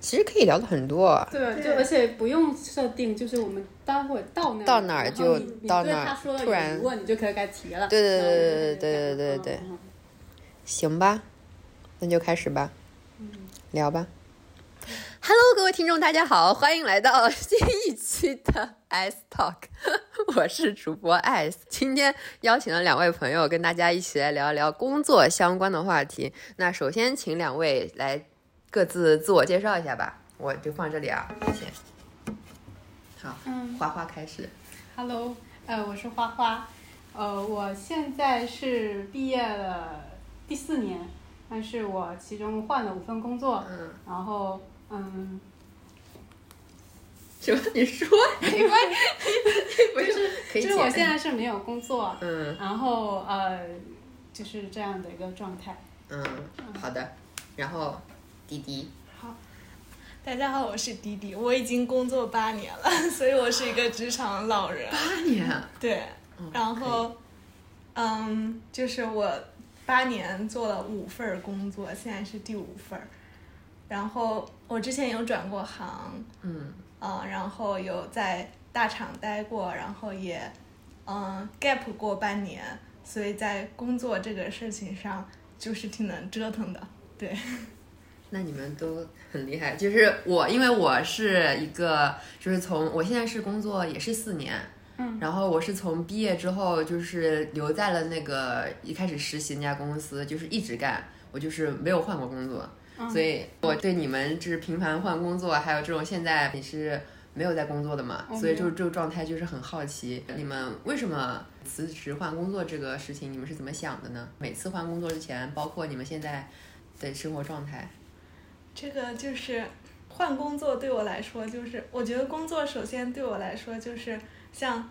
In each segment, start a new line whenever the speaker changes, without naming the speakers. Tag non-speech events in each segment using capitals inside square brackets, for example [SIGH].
其实可以聊的很多啊，
对，就
对
而且不用设定，就是我们待会儿到那儿
到哪儿
然后
就
你你
到
对
哪儿
他说了
突然
有疑问，你就可以该提了。
对对
然后
对
就
对对对对
可以
对
改嗯嗯
行吧，那就开始吧，聊吧。Hello，各位听众，大家好，欢迎来到新一期的 [LAUGHS] Ice Talk，我是主播 Ice。今天邀请了两位朋友，跟大家一起来聊一聊工作相关的话题。那首先，请两位来各自自我介绍一下吧，我就放这里啊，先。好，
嗯
花花开始。
Hello，呃，我是花花，呃，我现在是毕业了第四年，但是我其中换了五份工作，
嗯，
然后嗯，
什么？你说？
没关系，
我就 [LAUGHS] 可以
就是我
剪
现在是没有工作，
嗯
然后呃，就是这样的一个状态。
嗯，好的。然后，滴滴。
大家好，我是迪迪，我已经工作八年了， [LAUGHS] 所以我是一个职场老人。
八年啊。
对，
嗯
然
可以
后，嗯，就是我八年做了五份儿工作，现在是第五份儿。然后我之前有转过行，
嗯
嗯，然后有在大厂待过，然后也嗯 gap 过半年，所以在工作这个事情上就是挺能折腾的。对，，
那你们都很厉害。就是我，因为我是一个，就是从我现在是工作也是四年，
嗯，
然后我是从毕业之后就是留在了那个一开始实习那家公司，就是一直干，我就是没有换过工作，
嗯
所以我对你们就是频繁换工作，还有这种现在你是。没有在工作的嘛，
我
所以
哦没有
就这个状态就是很好奇，你们为什么辞职换工作这个事情，你们是怎么想的呢？每次换工作之前，包括你们现在的生活状态，
这个就是换工作对我来说，就是我觉得工作首先对我来说就是像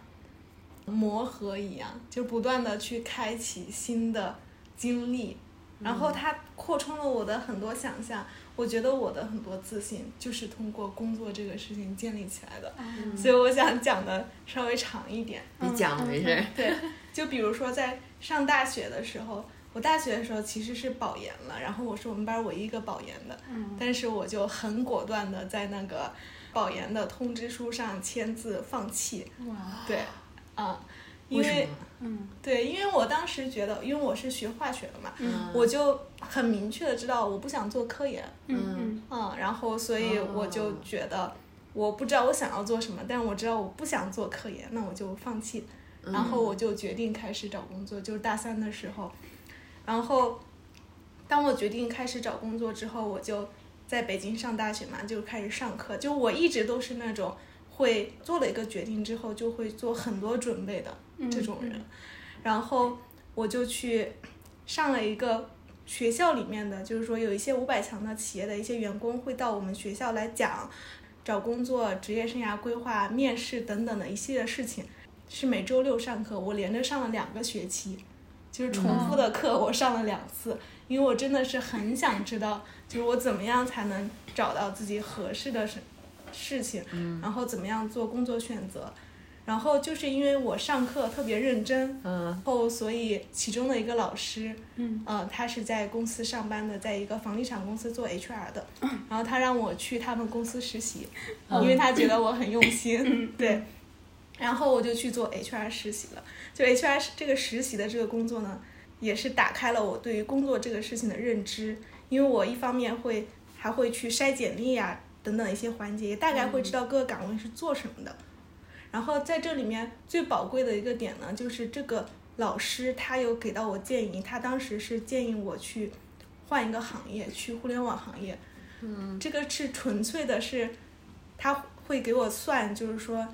磨合一样，就不断的去开启新的经历，然后它扩充了我的很多想象。我觉得我的很多自信就是通过工作这个事情建立起来的，
嗯
所以我想讲的稍微长一点。
你
嗯
讲没事儿。
对，就比如说在上大学的时候，我大学的时候其实是保研了，然后我是我们班唯一一个保研的，
嗯
但是我就很果断的在那个保研的通知书上签字放弃，
哇，
对，啊、因
为什
为
么？
嗯
对，因为我当时觉得，因为我是学化学的嘛，
嗯
我就很明确的知道我不想做科研，
嗯
嗯，然后所以
哦
我就觉得，我不知道我想要做什么，但是我知道我不想做科研，那我就放弃。
嗯
然后我就决定开始找工作，就是大三的时候。然后，当我决定开始找工作之后，我就在北京上大学嘛，就开始上课。就我一直都是那种会做了一个决定之后就会做很多准备的
嗯，
这种人。然后我就去上了一个学校里面的，就是说有一些五百强的企业的一些员工会到我们学校来讲找工作、职业生涯规划、面试等等的一系列事情。是每周六上课，我连着上了两个学期，就是重复的课我上了两次，因为我真的是很想知道，就是我怎么样才能找到自己合适的事事情，然后怎么样做工作选择。然后就是因为我上课特别认真，
嗯
然后所以其中的一个老师，
嗯，
呃，他是在公司上班的，在一个房地产公司做 HR 的，然后他让我去他们公司实习，因为他觉得我很用心， [LAUGHS] 对，然后我就去做 HR 实习了。就 HR 是这个实习的这个工作呢，也是打开了我对于工作这个事情的认知，因为我一方面会还会去筛简历啊等等一些环节，也大概会知道各个岗位是做什么的。然后在这里面最宝贵的一个点呢，就是这个老师他有给到我建议，他当时是建议我去换一个行业，去互联网行业。嗯，这个是纯粹的是，他会给我算，就是说，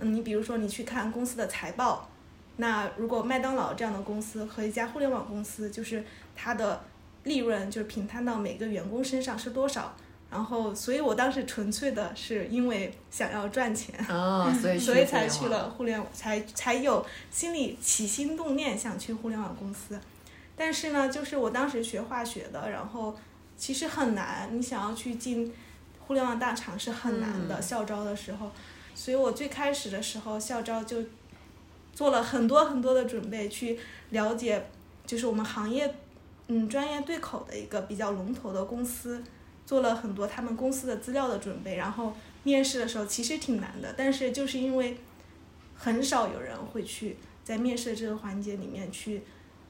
嗯，你比如说你去看公司的财报，那如果麦当劳这样的公司和一家互联网公司，就是它的利润就是平摊到每个员工身上是多少。然后，所以我当时纯粹的是因为想要赚钱，
哦，所以
所以才
互
去
联网。
了互联网，才才有心里起心动念想去互联网公司。但是呢，就是我当时学化学的，然后其实很难，你想要去进互联网大厂是很难的，校招的时候。所以我最开始的时候，校招就做了很多很多的准备，去了解就是我们行业嗯专业对口的一个比较龙头的公司，做了很多他们公司的资料的准备，然后面试的时候其实挺难的，但是就是因为很少有人会去在面试的这个环节里面去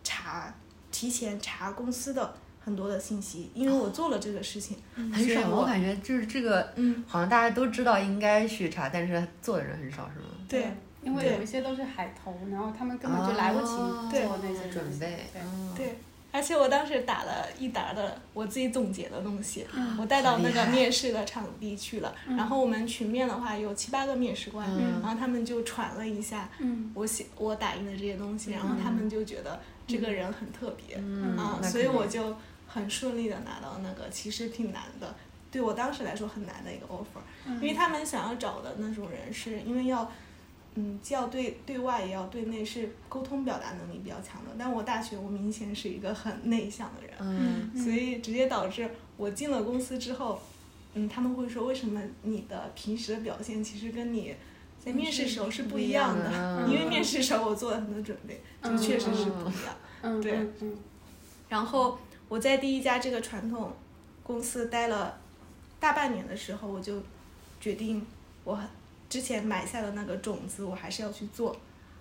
查，提前查公司的很多的信息，因为我做了这个事情，
很
所以
少，
我
我感觉就是这个，
嗯，
好像大家都知道应该去查，但是做的人很少，是吗？
对，
因为
对
有一些都是海投，然后他们根本就来不及
哦
做那些
准备，
对
嗯，
对，而且我当时打了一沓的我自己总结的东西，嗯我带
啊好
到
厉
那个
害
面试的场地去了。然后我们群面的话有七八个面试官，
嗯
然后他们就传了一下
嗯，
我写我打印的这些东西，然后他们就觉得这个人很特别，
嗯
啊，
那
所以
肯定
我就很顺利的拿到那个，其实挺难的。对我当时来说很难的一个 offer，、因为
嗯
他们想要找的那种人是，因为要，嗯，既要对对外也要对内，是沟通表达能力比较强的。但我大学我明显是一个很内向的人，
嗯，
所以直接导致我进了公司之后，嗯，他们会说为什么你的平时的表现其实跟你在面试时候是不一样的，
嗯
因为面试时候我做了很多准备，就
嗯
确实是不一样。
嗯，
对
嗯嗯
然后我在第一家这个传统公司待了大半年的时候，我就决定我之前埋下的那个种子，我还是要去做，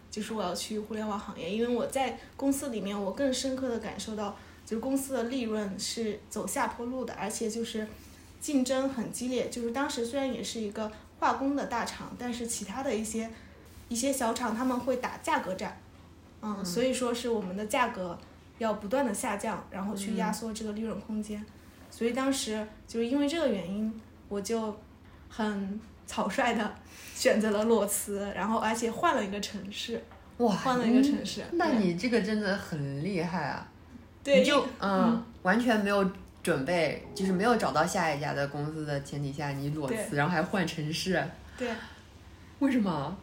就是我要去互联网行业，因为我在公司里面，我更深刻的感受到，就是公司的利润是走下坡路的，而且就是竞争很激烈。就是当时虽然也是一个化工的大厂，但是其他的一些一些小厂他们会打价格战，嗯，所以说是我们的价格要不断的下降，然后去压
嗯
缩这个利润空间。所以当时就是因为这个原因，我就很草率的 [LAUGHS] 选择了裸辞，然后而且换了一个城市，
哇，嗯
换了一个城市。
那你这个真的很厉害啊！
对
你就嗯，完全没有准备，就是没有找到下一家的公司的前提下，你裸辞，然后还换城市，
对，
为什么？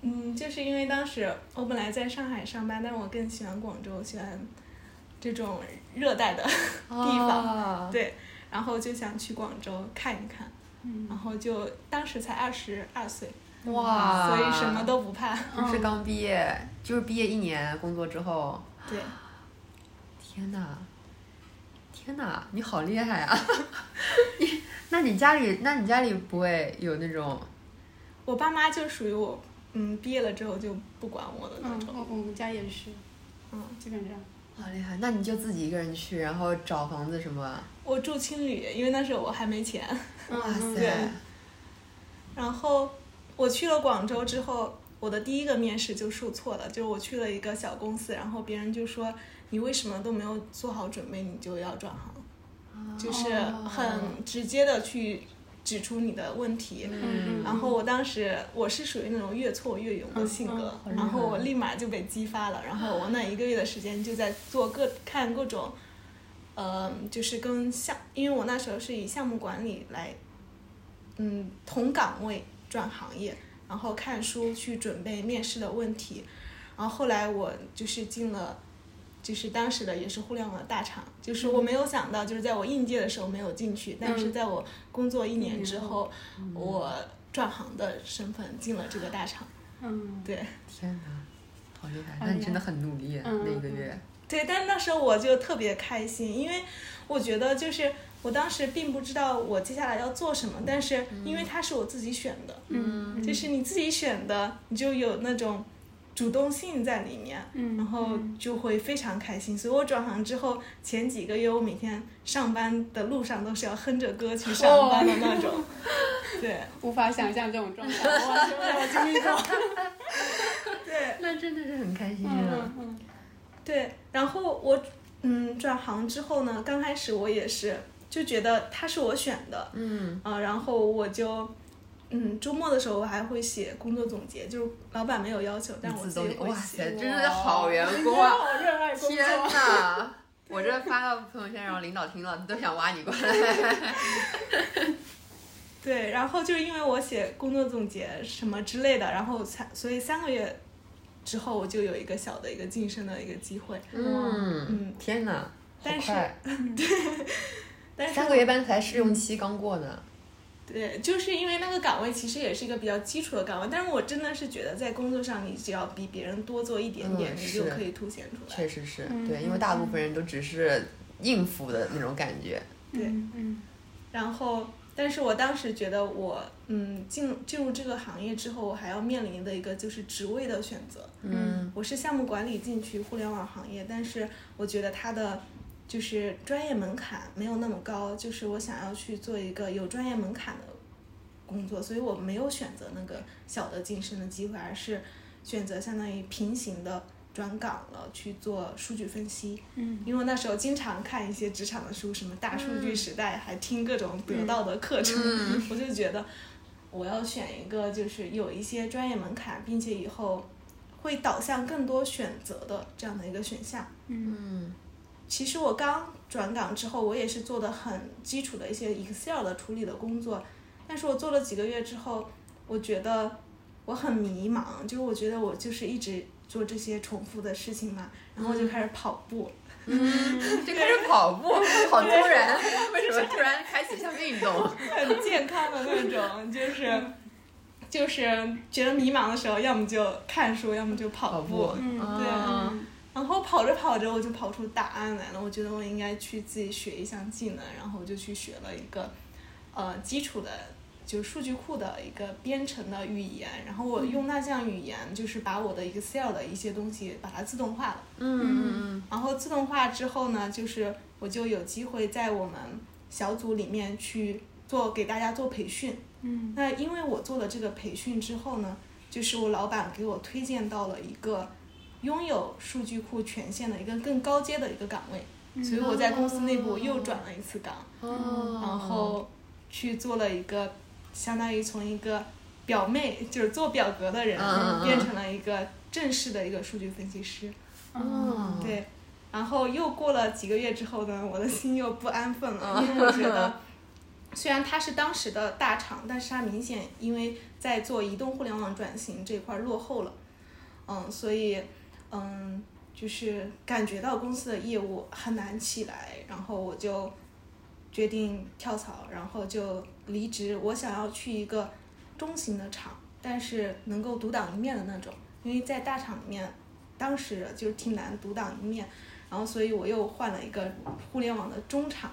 嗯，就是因为当时我本来在上海上班，但我更喜欢广州，喜欢这种热带的 [LAUGHS] 地方。
啊
对，然后就想去广州看一看，
嗯
然后就当时才二十二岁，
哇，
所以什么都不怕。
嗯
就是刚毕业，就是毕业一年工作之后，
对，
天哪，天哪，你好厉害啊！ [LAUGHS] 你那你家里，那你家里不会有那种
我爸妈就属于我，嗯，毕业了之后就不管我的那
嗯，
种。
我我们家也是，
嗯，
基本上，
好厉害？那你就自己一个人去，然后找房子什么？
我住青旅，因为那时候我还没钱。
嗯
哇
嗯
塞
对！然后我去了广州之后，我的第一个面试就受挫了，就是我去了一个小公司，然后别人就说你为什么都没有做好准备，你就要转行，
啊
就是很直接的去指出你的问题。
嗯嗯
然后我当时我是属于那种越挫越勇的性格，
嗯嗯
然后我立马就被激发了，然后我那一个月的时间就在做各看各种，呃，就是跟项，因为我那时候是以项目管理来，嗯，同岗位转行业，然后看书去准备面试的问题，然后后来我就是进了。就是当时的也是互联网的大厂，就是
嗯
我没有想到，就是在我应届的时候没有进去，但是在我工作一年之后，嗯我转行的身份进了这个大厂。
嗯，
对
天哪，好厉害！那
好厉
你真的
害
很努力，
哎嗯
那一
嗯
个
嗯
月。
对，但那时候我就特别开心，因为我觉得就是我当时并不知道我接下来要做什么，但是因为它是我自己选的，
嗯，
就是你自己选的，你就有那种主动性在里面，
嗯
然后就会非常开心。所以我转行之后前几个月，我每天上班的路上都是要哼着歌去上班的那种。 [LAUGHS] 对
无法想象这种状态，我完全没有
[LAUGHS]
经历过。
对，
那真的是很开心啊！
嗯嗯
对，然后我嗯转行之后呢，刚开始我也是就觉得它是我选的，嗯啊、然后我就嗯周末的时候我还会写工作总结，就是老板没有要求，但我
自
自
动
己
力，
会
哇
写
塞，。
我
真是好员工
哇，
啊！
好热爱工
天
作。
哪！我这发到朋友圈，然后领导听了都想挖你过来。
对，然后就是因为我写工作总结什么之类的，然后才所以三个月之后我就有一个小的一个晋升的一个机会，
嗯
嗯，
天哪！
但是
好快
但是
三个月班才试用期刚过呢。
对，就是因为那个岗位其实也是一个比较基础的岗位，但是我真的是觉得在工作上，你只要比别人多做一点点，
嗯
你
是
就可以凸显出来。
确实是对，因为大部分人都只是应付的那种感觉。
对
嗯嗯
然后，但是我当时觉得我，嗯，进进入这个行业之后，我还要面临的一个就是职位的选择。
嗯，
我是项目管理进去互联网行业，但是我觉得它的就是专业门槛没有那么高，就是我想要去做一个有专业门槛的工作，所以我没有选择那个小的晋升的机会，而是选择相当于平行的转岗了去做数据分析。
嗯，
因为那时候经常看一些职场的书，什么大数据时代，还听各种得到的课程， [LAUGHS] 我就觉得我要选一个就是有一些专业门槛，并且以后会导向更多选择的这样的一个选项。
嗯
其实我刚转岗之后，我也是做的很基础的一些 Excel 的处理的工作，但是我做了几个月之后，我觉得我很迷茫，就是我觉得我就是一直做这些重复的事情嘛，然后我就开始跑步。
嗯
嗯就开始跑步，好突然，为什么突然开启一项运动？
很健康的那种，就是就是觉得迷茫的时候，要么就看书，要么就跑步。
跑步
嗯
对
啊
嗯
然后跑着跑着，我就跑出答案来了。我觉得我应该去自己学一项技能，然后我就去学了一个呃基础的，就是数据库的一个编程的语言。然后我用那项语言，就是把我的 Excel 的一些东西把它自动化了。
[LAUGHS] 嗯
然后自动化之后呢，就是我就有机会在我们小组里面去做给大家做培训。
嗯
那因为我做了这个培训之后呢，就是我老板给我推荐到了一个拥有数据库权限的一个更高阶的一个岗
嗯
位，所以我在公司内部又转了一次岗，
嗯哦，
嗯然后去做了一个相当于从一个表妹就是做表格的人
嗯嗯嗯
变成了一个正式的一个数据分析师。
嗯
哦，
对，然后又过了几个月之后呢，我的心又不安分了，因为我觉得嗯 [LAUGHS] 虽然它是当时的大厂，但是它明显因为在做移动互联网转型这一块儿落后了，嗯，所以嗯，就是感觉到公司的业务很难起来，然后我就决定跳槽，然后就离职，我想要去一个中型的厂，但是能够独当一面的那种，因为在大厂里面。当时就是挺难独当一面，然后所以我又换了一个互联网的中场，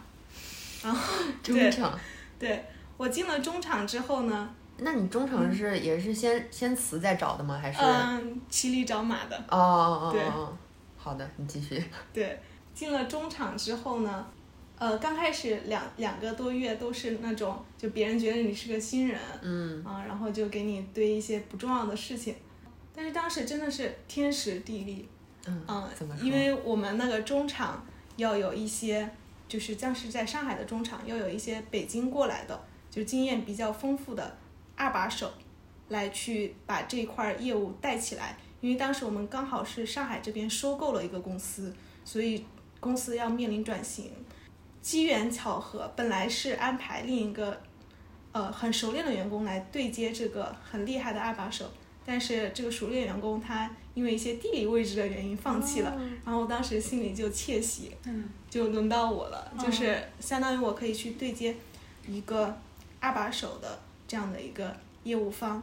然后
中场。
对我进了中场之后呢，
那你中场是也是先先辞再找的吗？还是？哦
嗯，骑驴找马的，
哦哦哦
对
哦，好的，你继续。
对，进了中场之后呢，呃，刚开始两两个多月都是那种就别人觉得你是个新人，
嗯
啊，然后就给你堆一些不重要的事情，但是当时真的是天时地利
嗯
嗯，
怎么说？
因为我们那个中场要有一些，就是像是在上海的中场要有一些北京过来的，就经验比较丰富的二把手，来去把这块业务带起来。因为当时我们刚好是上海这边收购了一个公司，所以公司要面临转型。机缘巧合，本来是安排另一个，呃，很熟练的员工来对接这个很厉害的二把手，但是这个熟练员工他因为一些地理位置的原因放弃了，然后我当时心里就窃喜，
嗯
就轮到我了，
哦
就是相当于我可以去对接一个二把手的这样的一个业务方，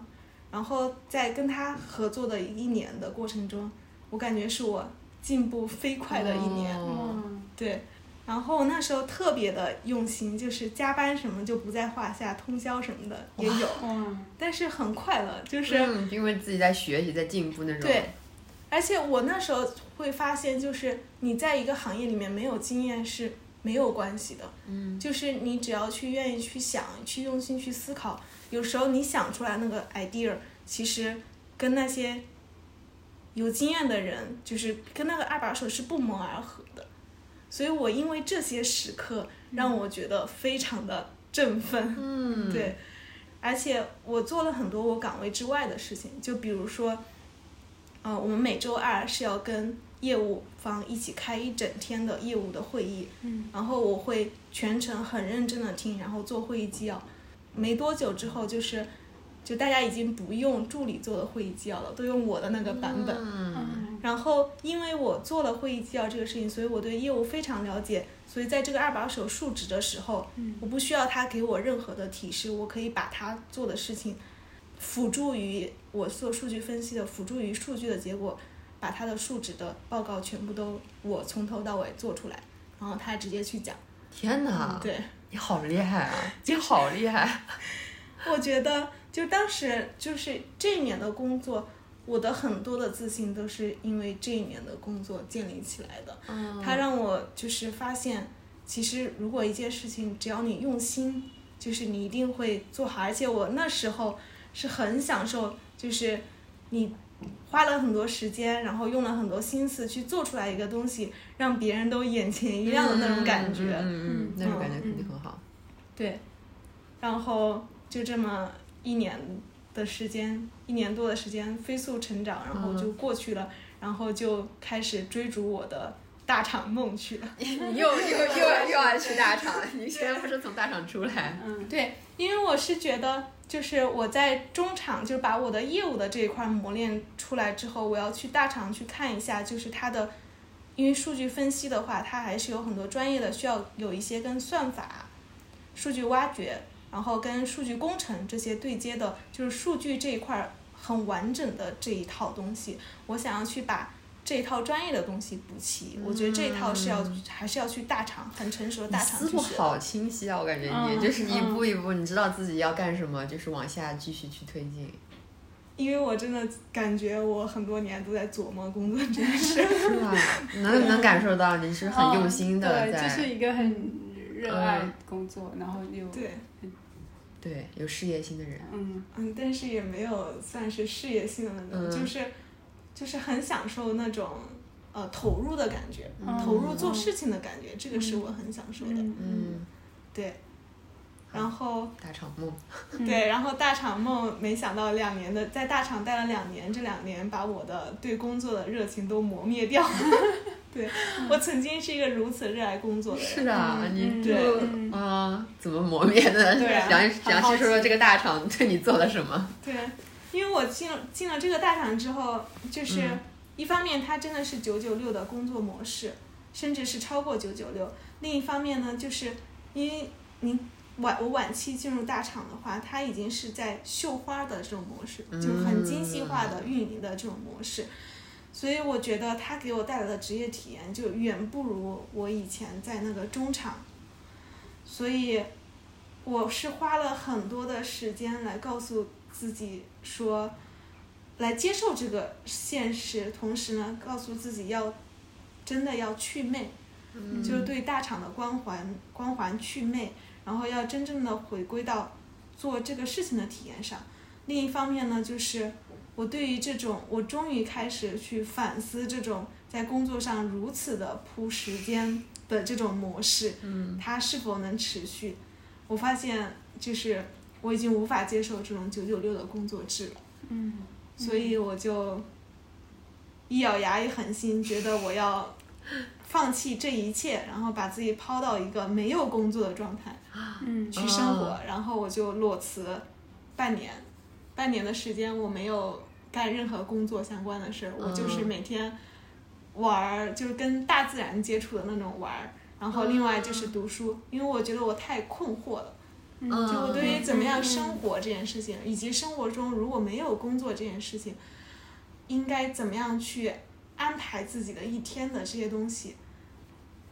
然后在跟他合作的一年的过程中，我感觉是我进步飞快的一年，
哦
嗯
对。然后我那时候特别的用心，就是加班什么就不在话下，通宵什么的也有，
哇
但是很快乐，就是
嗯因为自己在学习，在进步那种。
对，而且我那时候会发现，就是你在一个行业里面没有经验是没有关系的，
嗯，
就是你只要去愿意去想，去用心去思考，有时候你想出来那个 idea，其实跟那些有经验的人，就是跟那个二把手是不谋而合的。所以我因为这些时刻，让我觉得非常的振奋。
嗯，
对，而且我做了很多我岗位之外的事情，就比如说，呃，我们每周二是要跟业务方一起开一整天的业务的会议，
嗯，
然后我会全程很认真的听，然后做会议纪要。没多久之后，就是就大家已经不用助理做的会议纪要了，都用我的那个版本。
嗯，
嗯
然后因为我做了会议纪要这个事情，所以我对业务非常了解，所以在这个二把手述职的时候，
嗯
我不需要他给我任何的提示，我可以把他做的事情辅助于我做数据分析的，辅助于数据的结果，把他的述职的报告全部都我从头到尾做出来，然后他直接去讲。
天哪，
对，
你好厉害啊！你好厉害！
我觉得就当时就是这一年的工作，我的很多的自信都是因为这一年的工作建立起来的。
嗯
它让我就是发现，其实如果一件事情只要你用心，就是你一定会做好。而且我那时候是很享受，就是你花了很多时间，然后用了很多心思去做出来一个东西，让别人都眼前一亮的那种感觉。
嗯嗯嗯，那种感觉
嗯
肯定很好。
对，然后就这么一年的时间，一年多的时间飞速成长，然后就过去了，然后就开始追逐我的大厂梦去了。
你又又又又要去大厂，你现在不是从大厂出来？
嗯
对，因为我是觉得，就是我在中场就把我的业务的这一块磨练出来之后，我要去大厂去看一下，就是它的，因为数据分析的话，它还是有很多专业的需要有一些跟算法、数据挖掘，然后跟数据工程这些对接的，就是数据这一块儿很完整的这一套东西，我想要去把。这一套专业的东西补齐，我觉得这一套是要、还是要去大厂，很成熟的
嗯你
大厂
思
去
路
学的。
好清晰啊！我感觉你、
嗯
就是一步一步，你知道自己要干什么，就是往下继续去推进。
因为我真的感觉我很多年都在琢磨工作这件
[LAUGHS]
事，
是吧？能能感受到你是很用心的
对，
在，
就是一个很热爱工作，然后又
对，
对有事业心的人。
嗯
嗯，但是也没有算是事业性的那种，
嗯
就是就是很享受那种呃投入的感觉，
嗯
投入做事情的感觉，这个是我很享受的。
嗯
嗯，
对，然后
大厂梦。
嗯
对，然后大厂梦，没想到两年的在大厂待了两年，这两年把我的对工作的热情都磨灭掉。 [LAUGHS] 对我曾经是一个如此热爱工作的人，
是啊，
嗯
你
嗯
就
对
嗯
啊，怎么磨灭的？
对
[LAUGHS]
啊
杨
很
杨
好
希
奇
说说这个大厂对你做了什么？
对，啊因为我进了进了这个大厂之后，就是
嗯
一方面它真的是九九六的工作模式，甚至是超过九九六；另一方面呢，就是因为您晚我晚期进入大厂的话，它已经是在绣花的这种模式，就是很精细化的运营的这种模式。所以我觉得它给我带来的职业体验就远不如我以前在那个中厂，所以我是花了很多的时间来告诉自己说，来接受这个现实，同时呢，告诉自己要真的要祛魅，
嗯
就是对大厂的光环光环祛魅，然后要真正的回归到做这个事情的体验上。另一方面呢，就是我对于这种，我终于开始去反思这种在工作上如此的扑时间的这种模式，
嗯，
它是否能持续？我发现就是我已经无法接受这种九九六的工作制了。
嗯，
所以我就一咬牙一狠心，觉得我要放弃这一切，然后把自己抛到一个没有工作的状态
嗯
去生活，然后我就裸辞半年，半年的时间我没有干任何工作相关的事儿，我就是
嗯
每天玩儿，就是跟大自然接触的那种玩儿。然后另外就是读书，因为我觉得我太困惑了，
嗯
就我对于
嗯
怎么样
嗯
生活这件事情，以及生活中如果没有工作这件事情，应该怎么样去安排自己的一天的这些东西，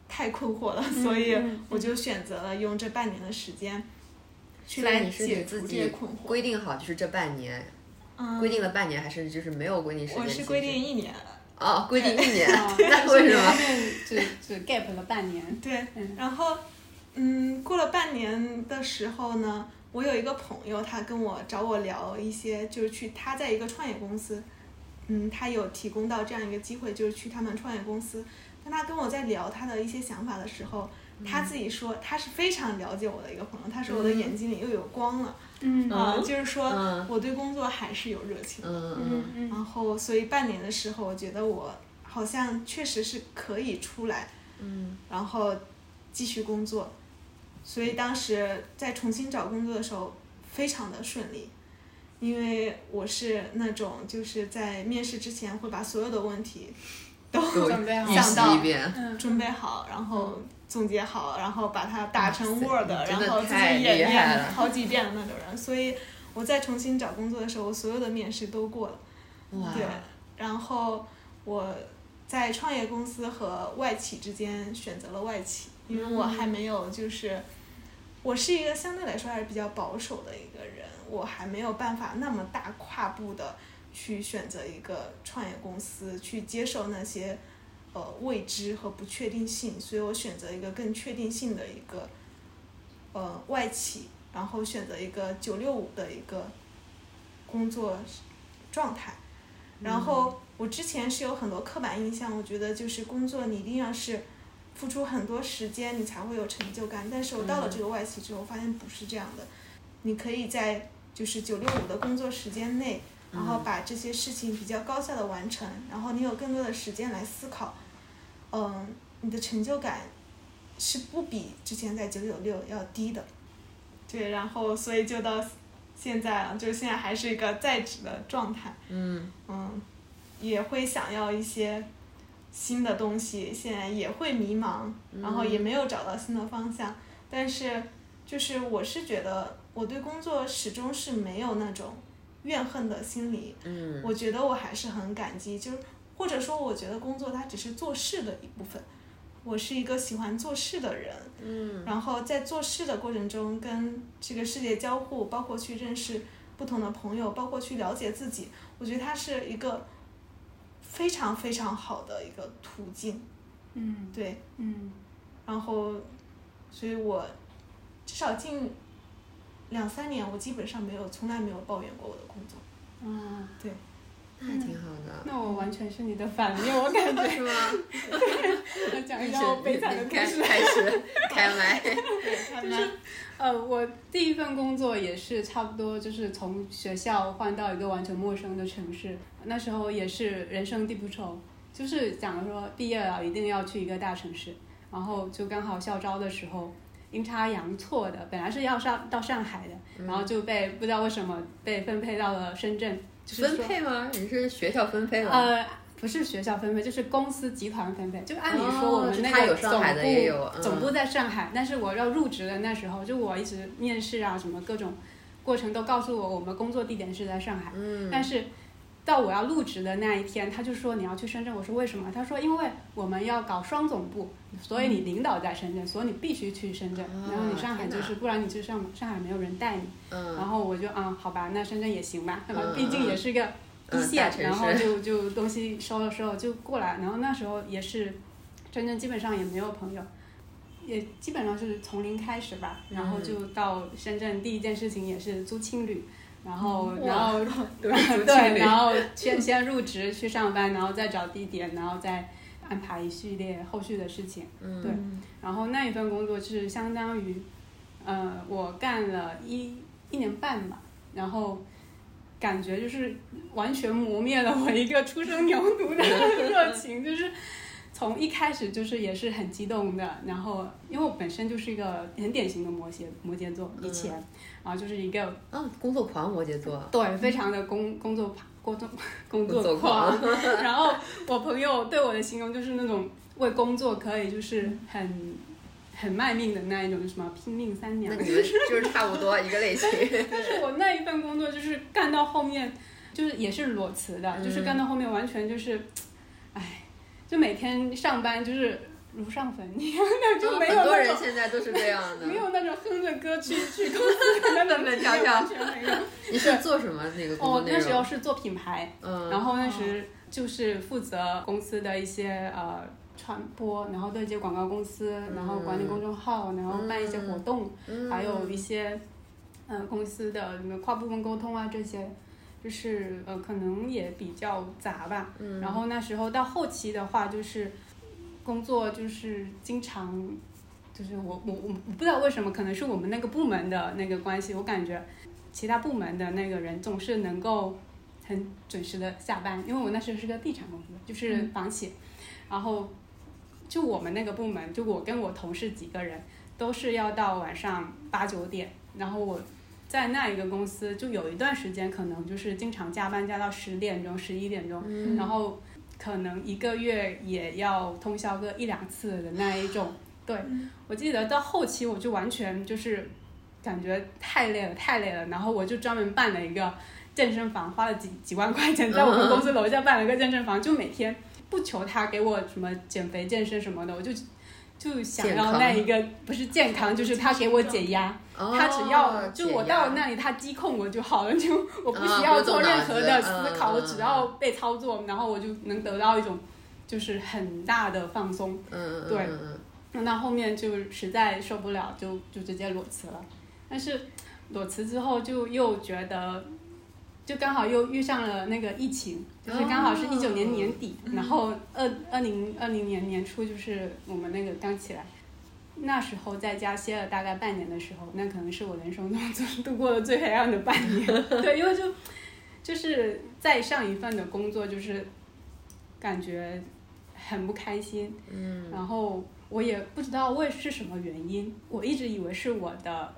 太困惑了，所以
嗯
我就选择了用这半年的时间去
所以
来
你是
解
给
除
自
这
己
些困惑。
规定好，就是这半年，
嗯，
规定了半年，还是就是没有规定时间
我
其实？
是规定一年，
哦，规定一年，[LAUGHS]
哦
那为什么？
就是前面只只 gap 了半年，
对
嗯，
然后嗯，过了半年的时候呢，我有一个朋友，他跟我找我聊一些，就是去他在一个创业公司，嗯，他有提供到这样一个机会，就是去他们创业公司。当他跟我在聊他的一些想法的时候，他自己说他是非常了解我的一个朋友，他说我的
嗯
眼睛里又有光了，
嗯
啊、
嗯
就是说
嗯
我对工作还是有热情的。
嗯
嗯
然后，所以半年的时候，我觉得我好像确实是可以出来，
嗯
然后继续工作，所以当时在重新找工作的时候非常的顺利，因为我是那种就是在面试之前会把所有的问题都
给我
准备好
预习一遍。
嗯
[LAUGHS] 准备好，然后总结好，然后把它打成
哇
Word，
塞真
然
的
后自己
太
演
厉害了
练好几遍的那种人，所以我在重新找工作的时候，我所有的面试都过了。
哇，
对，然后我在创业公司和外企之间选择了外企，因为我还没有就是我是一个相对来说还是比较保守的一个人，我还没有办法那么大跨步的去选择一个创业公司，去接受那些呃未知和不确定性，所以我选择一个更确定性的一个呃外企，然后选择一个九六五的一个工作状态。然后我之前是有很多刻板印象，我觉得就是工作你一定要是付出很多时间，你才会有成就感。但是我到了这个外企之后，发现不是这样的。你可以在就是九六五的工作时间内，然后把这些事情比较高效的完成，然后你有更多的时间来思考。嗯，你的成就感是不比之前在九九六要低的。对，然后所以就到现在了，就是现在还是一个在职的状态。
嗯
嗯，也会想要一些新的东西，现在也会迷茫，然后也
嗯
没有找到新的方向。但是，就是我是觉得我对工作始终是没有那种怨恨的心理。
嗯
我觉得我还是很感激，就是或者说，我觉得工作它只是做事的一部分。我是一个喜欢做事的人，
嗯
然后在做事的过程中跟这个世界交互，包括去认识不同的朋友，包括去了解自己，我觉得它是一个非常非常好的一个途径。
嗯
对，
嗯
然后，所以我至少近两三年，我基本上没有从来没有抱怨过我的工作。
嗯，
那还挺好的。
那我完全是你的反面，我感觉
是吗？
我讲一下我悲惨的故
开
事。
开
[LAUGHS]
始开麦，
就是
呃，我第一份工作也是差不多，就是从学校换到一个完全陌生的城市，那时候也是人生地不熟，就是讲说毕业了一定要去一个大城市，然后就刚好校招的时候阴差阳错的，本来是要上到上海
嗯
的，然后就被不知道为什么被分配到了深圳，就是
分
说
配吗？你是学校分配吗？
呃，不是学校分配，就是公司集团分配。就按理
哦
说，我们
就
那
他有
个
上
总
海的也有
部
嗯
总部在上海，但是我要入职的那时候，就我一直面试啊，什么各种过程都告诉我，我们工作地点是在上海。
嗯
但是到我要入职的那一天，他就说你要去深圳。我说为什么？他说因为我们要搞双总部，所以你领导在深圳，所以你必须去深圳。然后
哦
你上海
天哪
就是，不然你去上上海没有人带你。
嗯
然后我就啊，好吧，那深圳也行吧，对吧
嗯？
毕竟也是一个一
嗯大
线，
城市
然后就就东西收了收了就过来，然后那时候也是深圳基本上也没有朋友，也基本上是从零开始吧，然
嗯
后就到深圳第一件事情也是租青旅。然后，
哇
[LAUGHS] 然后，
[LAUGHS] 都是族
[LAUGHS] 对，
群
[LAUGHS] 然后先先入职去上班，然后再找地点，然后再安排一系列后续的事情。
嗯
对然后那一份工作就是相当于，呃，我干了一一年半吧，然后感觉就是完全磨灭了我一个初生牛犊的热情，就是从一开始就是也是很激动的，然后因为我本身就是一个很典型的摩羯摩羯座，以前，然后就是一个
啊，工作狂摩羯座，
对非常的工工作工作 [LAUGHS] 工
工作
作狂， [LAUGHS] 然后我朋友对我的形容就是那种为工作可以就是很很卖命的那一种，什么拼命三娘
那。
[LAUGHS]
你们就是差不多一个类型。
但是我那一份工作就是干到后面，就是也是裸辞的，
嗯
就是干到后面完全就是，唉，就每天上班就是如上坟一样的， [LAUGHS] 就没有
很多
那
人
种。
现在都是这样的
没。有那种哼着歌去去公司
[LAUGHS]
的那种
蹦蹦跳跳
完全没有。
你是做什么那个工
我
作内
哦那时候
容？
是做品牌，
嗯，
然后那时就是负责公司的一些呃传播，然后对接广告公司，然后管理公众号，然后办一些活动，
嗯
还有一些呃公司的什么跨部门沟通啊这些，就是呃可能也比较杂吧。
嗯
然后那时候到后期的话，就是工作就是经常。就是我我我我不知道为什么，可能是我们那个部门的那个关系，我感觉其他部门的那个人总是能够很准时的下班，因为我那时候是个地产公司，就是房企，然后就我们那个部门，就我跟我同事几个人都是要到晚上八九点，然后我在那一个公司就有一段时间可能就是经常加班加到十点钟、十一点钟，
嗯
然后可能一个月也要通宵个一两次的那一种。对，我记得到后期我就完全就是感觉太累了，太累了，然后我就专门办了一个健身房，花了几几万块钱，在我们公司楼下办了个健身房，就每天不求他给我什么减肥健身什么的，我就就想要那一个不是健康，就是他给我解压。
哦
他只要就我
解压
到那里，他击控我就好了，就 [LAUGHS] 我不
啊
需
不
要
用
做
动
任
脑
何
子
的
嗯
思考，我
嗯
只要被操作，然后我就能得到一种就是很大的放松。
嗯，嗯
对
嗯嗯
那到后面就实在受不了，就就直接裸辞了。但是裸辞之后就又觉得，就刚好又遇上了那个疫情，就是刚好是一九年年底，然后二二零二零年年初就是我们那个刚起来。那时候在家歇了大概半年的时候，那可能是我人生当中 [LAUGHS] 度过了最黑暗的半年。 [LAUGHS] 对，因为就就是在上一份的工作，就是感觉很不开心，嗯，然后我也不知道为是什么原因，我一直以为是我的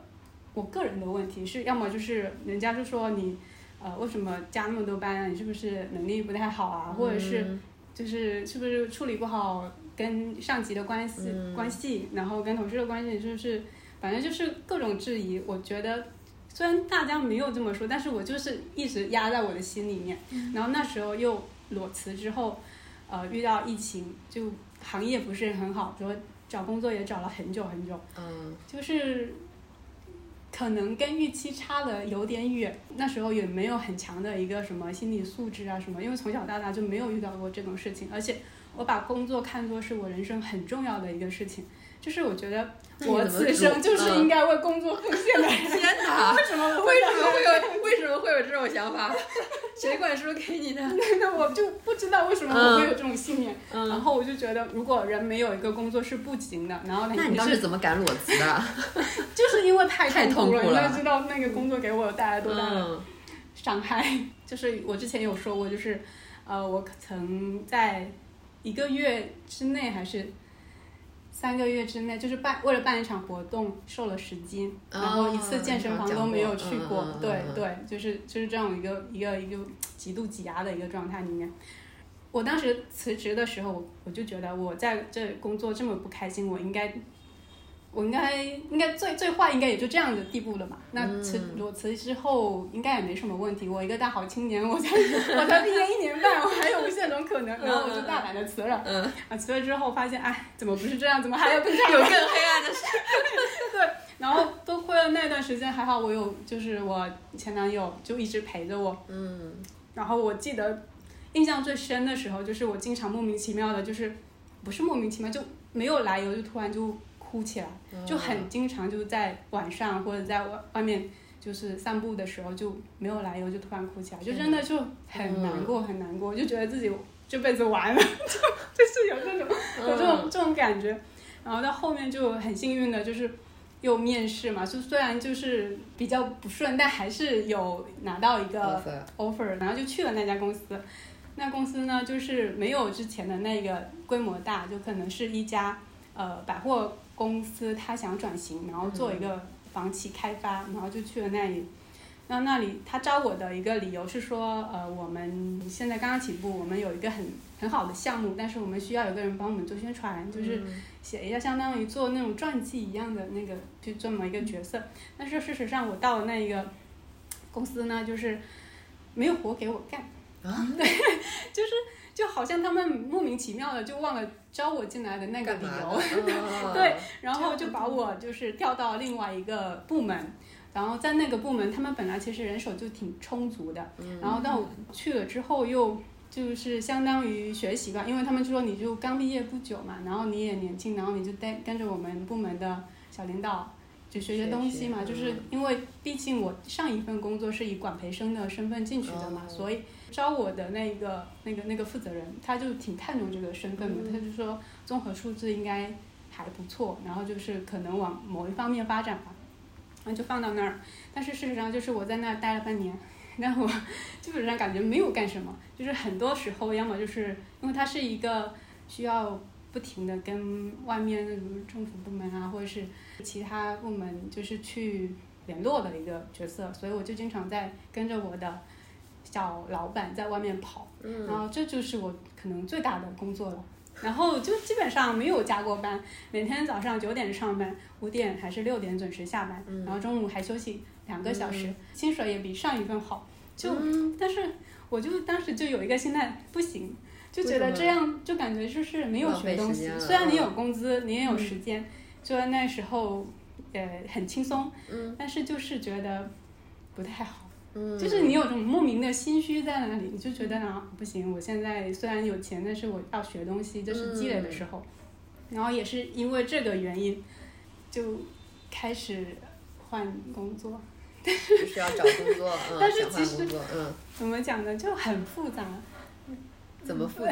我个人的问题，是要么就是人家就说你呃为什么加那么多班啊，你是不是能力不太好啊，或者是
嗯
就是是不是处理不好跟上级的关系、关系，然后跟同事的关系，就是反正就是各种质疑。我觉得虽然大家没有这么说，但是我就是一直压在我的心里面。然后那时候又裸辞之后，呃，遇到疫情，就行业不是很好，说找工作也找了很久很久， [LAUGHS]
嗯
就是可能跟预期差的有点远。那时候也没有很强的一个什么心理素质啊什么，因为从小到大就没有遇到过这种事情，而且我把工作看作是我人生很重要的一个事情，就是我觉得
那你
我
怎么
此
主
生就是
嗯
应该为工作奉献
[LAUGHS]
的人。
天哪！
为什么我会
为什么会有 [LAUGHS] 为什么会有这种想法？ [LAUGHS] 谁灌输给你的？
那我就不知道为什么我会有这种信念。
嗯
然后我就觉得，如果人没有一个工作是不行的，然后
那你当时
是
怎么敢裸辞
[LAUGHS]
的？
就是因为太
太
痛
痛苦
了，
了
你就知道那个工作给我带来多大的
嗯
[LAUGHS] 伤害。就是我之前有说过，就是呃，我曾在一个月之内还是。三个月之内，就是办为了办一场活动，瘦了十斤，
哦
然后一次健身房都没有去
讲
过
过嗯嗯。嗯
对
嗯
对，就是就是这样一个一个一个极度挤压的一个状态里面。我当时辞职的时候，我我就觉得我在这工作这么不开心，我应该，我应该应该最最坏应该也就这样的地步了嘛。那辞
嗯
我辞之后应该也没什么问题，我一个大好青年，我才 [LAUGHS] 我才毕业一年半，我还有无限种可能，然后我就大胆的辞了。
嗯，
啊，辞了之后发现，哎，怎么不是这样？怎么 [LAUGHS] 还有
[LAUGHS]
更差？
有更黑暗的事。
[LAUGHS] 然后多亏了那段时间，还好我有，就是我前男友就一直陪着我。嗯。然后我记得印象最深的时候，就是我经常莫名其妙的，就是不是莫名其妙，就没有来由就突然就哭起来，
嗯
就很经常就在晚上或者在外外面。就是散步的时候就没有来由就突然哭起来，就真的就很难过很难过，就觉得自己这辈子完了， [LAUGHS] 就就是有这种 [LAUGHS] 有这种这种感觉。然后到后面就很幸运的，就是又面试嘛，就虽然就是比较不顺，但还是有拿到一个
Offer
offer，然后就去了那家公司。那公司呢，就是没有之前的那个规模大，就可能是一家呃百货公司，它想转型，然后做一个房企开发，然后就去了那里。那那里他招我的一个理由是说，呃，我们现在刚刚起步，我们有一个很很好的项目，但是我们需要有个人帮我们做宣传，就是写一下相当于做那种传记一样的那个，就这么一个角色。但是事实上，我到了那个公司呢，就是没有活给我干，
啊
[LAUGHS] 对，就是就好像他们莫名其妙的就忘了招我进来的那个理由， [LAUGHS]
由
对，然后就把我就是调到另外一个部门，然后在那个部门，他们本来其实人手就挺充足的，
嗯
然后到我去了之后又就是相当于学习吧，因为他们就说你就刚毕业不久嘛，然后你也年轻，然后你就带跟着我们部门的小领导。就学学
学
东西
习
嘛，
嗯
就是因为毕竟我上一份工作是以管培生的身份进去的嘛，
哦
所以招我的那个那个那个负责人，他就挺看重这个身份的，他就说综合素质应该还不错，然后就是可能往某一方面发展吧，然后就放到那儿。但是事实上就是我在那儿待了半年， [LAUGHS] 但我基本上感觉没有干什么，就是很多时候要么就是因为它是一个需要不停的跟外面那种政府部门啊，或者是其他部门就是去联络的一个角色，所以我就经常在跟着我的小老板在外面跑，然后这就是我可能最大的工作了。然后就基本上没有加过班，每天早上九点上班，五点还是六点准时下班，然后中午还休息两个小时，薪水也比上一份好。就、但是我就当时就有一个心态，不行，就觉得这样就感觉就是没有什么东西
浪费时间。了嗯
虽然你有工资，你也有时间，就那时候呃很轻松，
嗯，
但是就是觉得不太好。
嗯，
就是你有种莫名的心虚在那里，你就觉得啊，不行，我现在虽然有钱，但是我要学东西，这是积累的
嗯
时候。然后也是因为这个原因，就开始换工作。
就是要找工作，嗯，
[LAUGHS] 但是
想换
其实
工作，嗯，
怎么讲呢？就很复杂。
怎么
[LAUGHS]
复杂？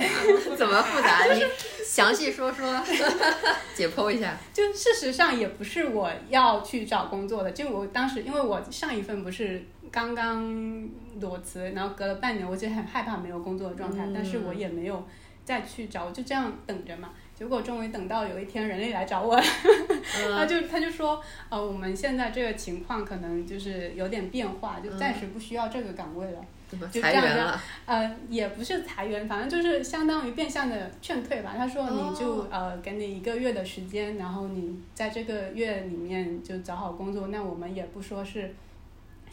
怎么复杂？你详细说说， [LAUGHS] 解剖一下。
就事实上也不是我要去找工作的，就我当时因为我上一份不是刚刚裸辞，然后隔了半年，我就很害怕没有工作的状态，
嗯
但是我也没有再去找，我就这样等着嘛。结果终于等到有一天人类来找我了， [LAUGHS]
嗯
他就他就说，呃，我们现在这个情况可能就是有点变化，就暂时不需要这个岗位了。
怎么
就
裁
这样
员
子
了？
呃，也不是裁员，反正就是相当于变相的劝退吧。他说你就、
哦
呃给你一个月的时间，然后你在这个月里面就找好工作。那我们也不说是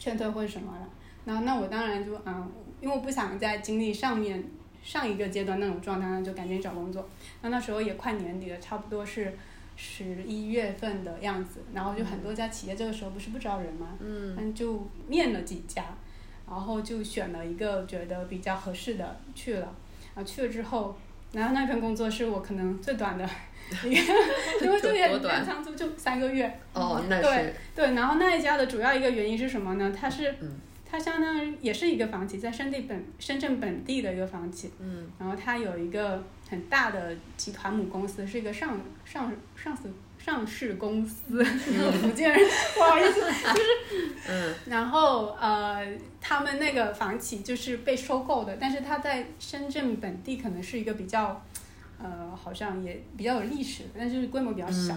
劝退或什么了。那那我当然就嗯、因为我不想再经历上面上一个阶段那种状态，那就赶紧找工作。那那时候也快年底了，差不多是十一月份的样子，然后就很多家企业这个时候不是不招人吗？
嗯，
但就面了几家，然后就选了一个觉得比较合适的去了。然后去了之后，然后那份工作是我可能最短的
[LAUGHS]
一个，因为这也
多
很
短
长，就就三个月。
哦，那
嗯对
是，
对，然后那一家的主要一个原因是什么呢？它是
嗯
它相当于也是一个房企，在深地本深圳本地的一个房企，
嗯
然后它有一个很大的集团母公司，是一个上上上市上市公司，福建人， [LAUGHS] 不好意思，
嗯，
然后呃，他们那个房企就是被收购的，但是它在深圳本地可能是一个比较，呃，好像也比较有历史的，但是规模比较
嗯
小。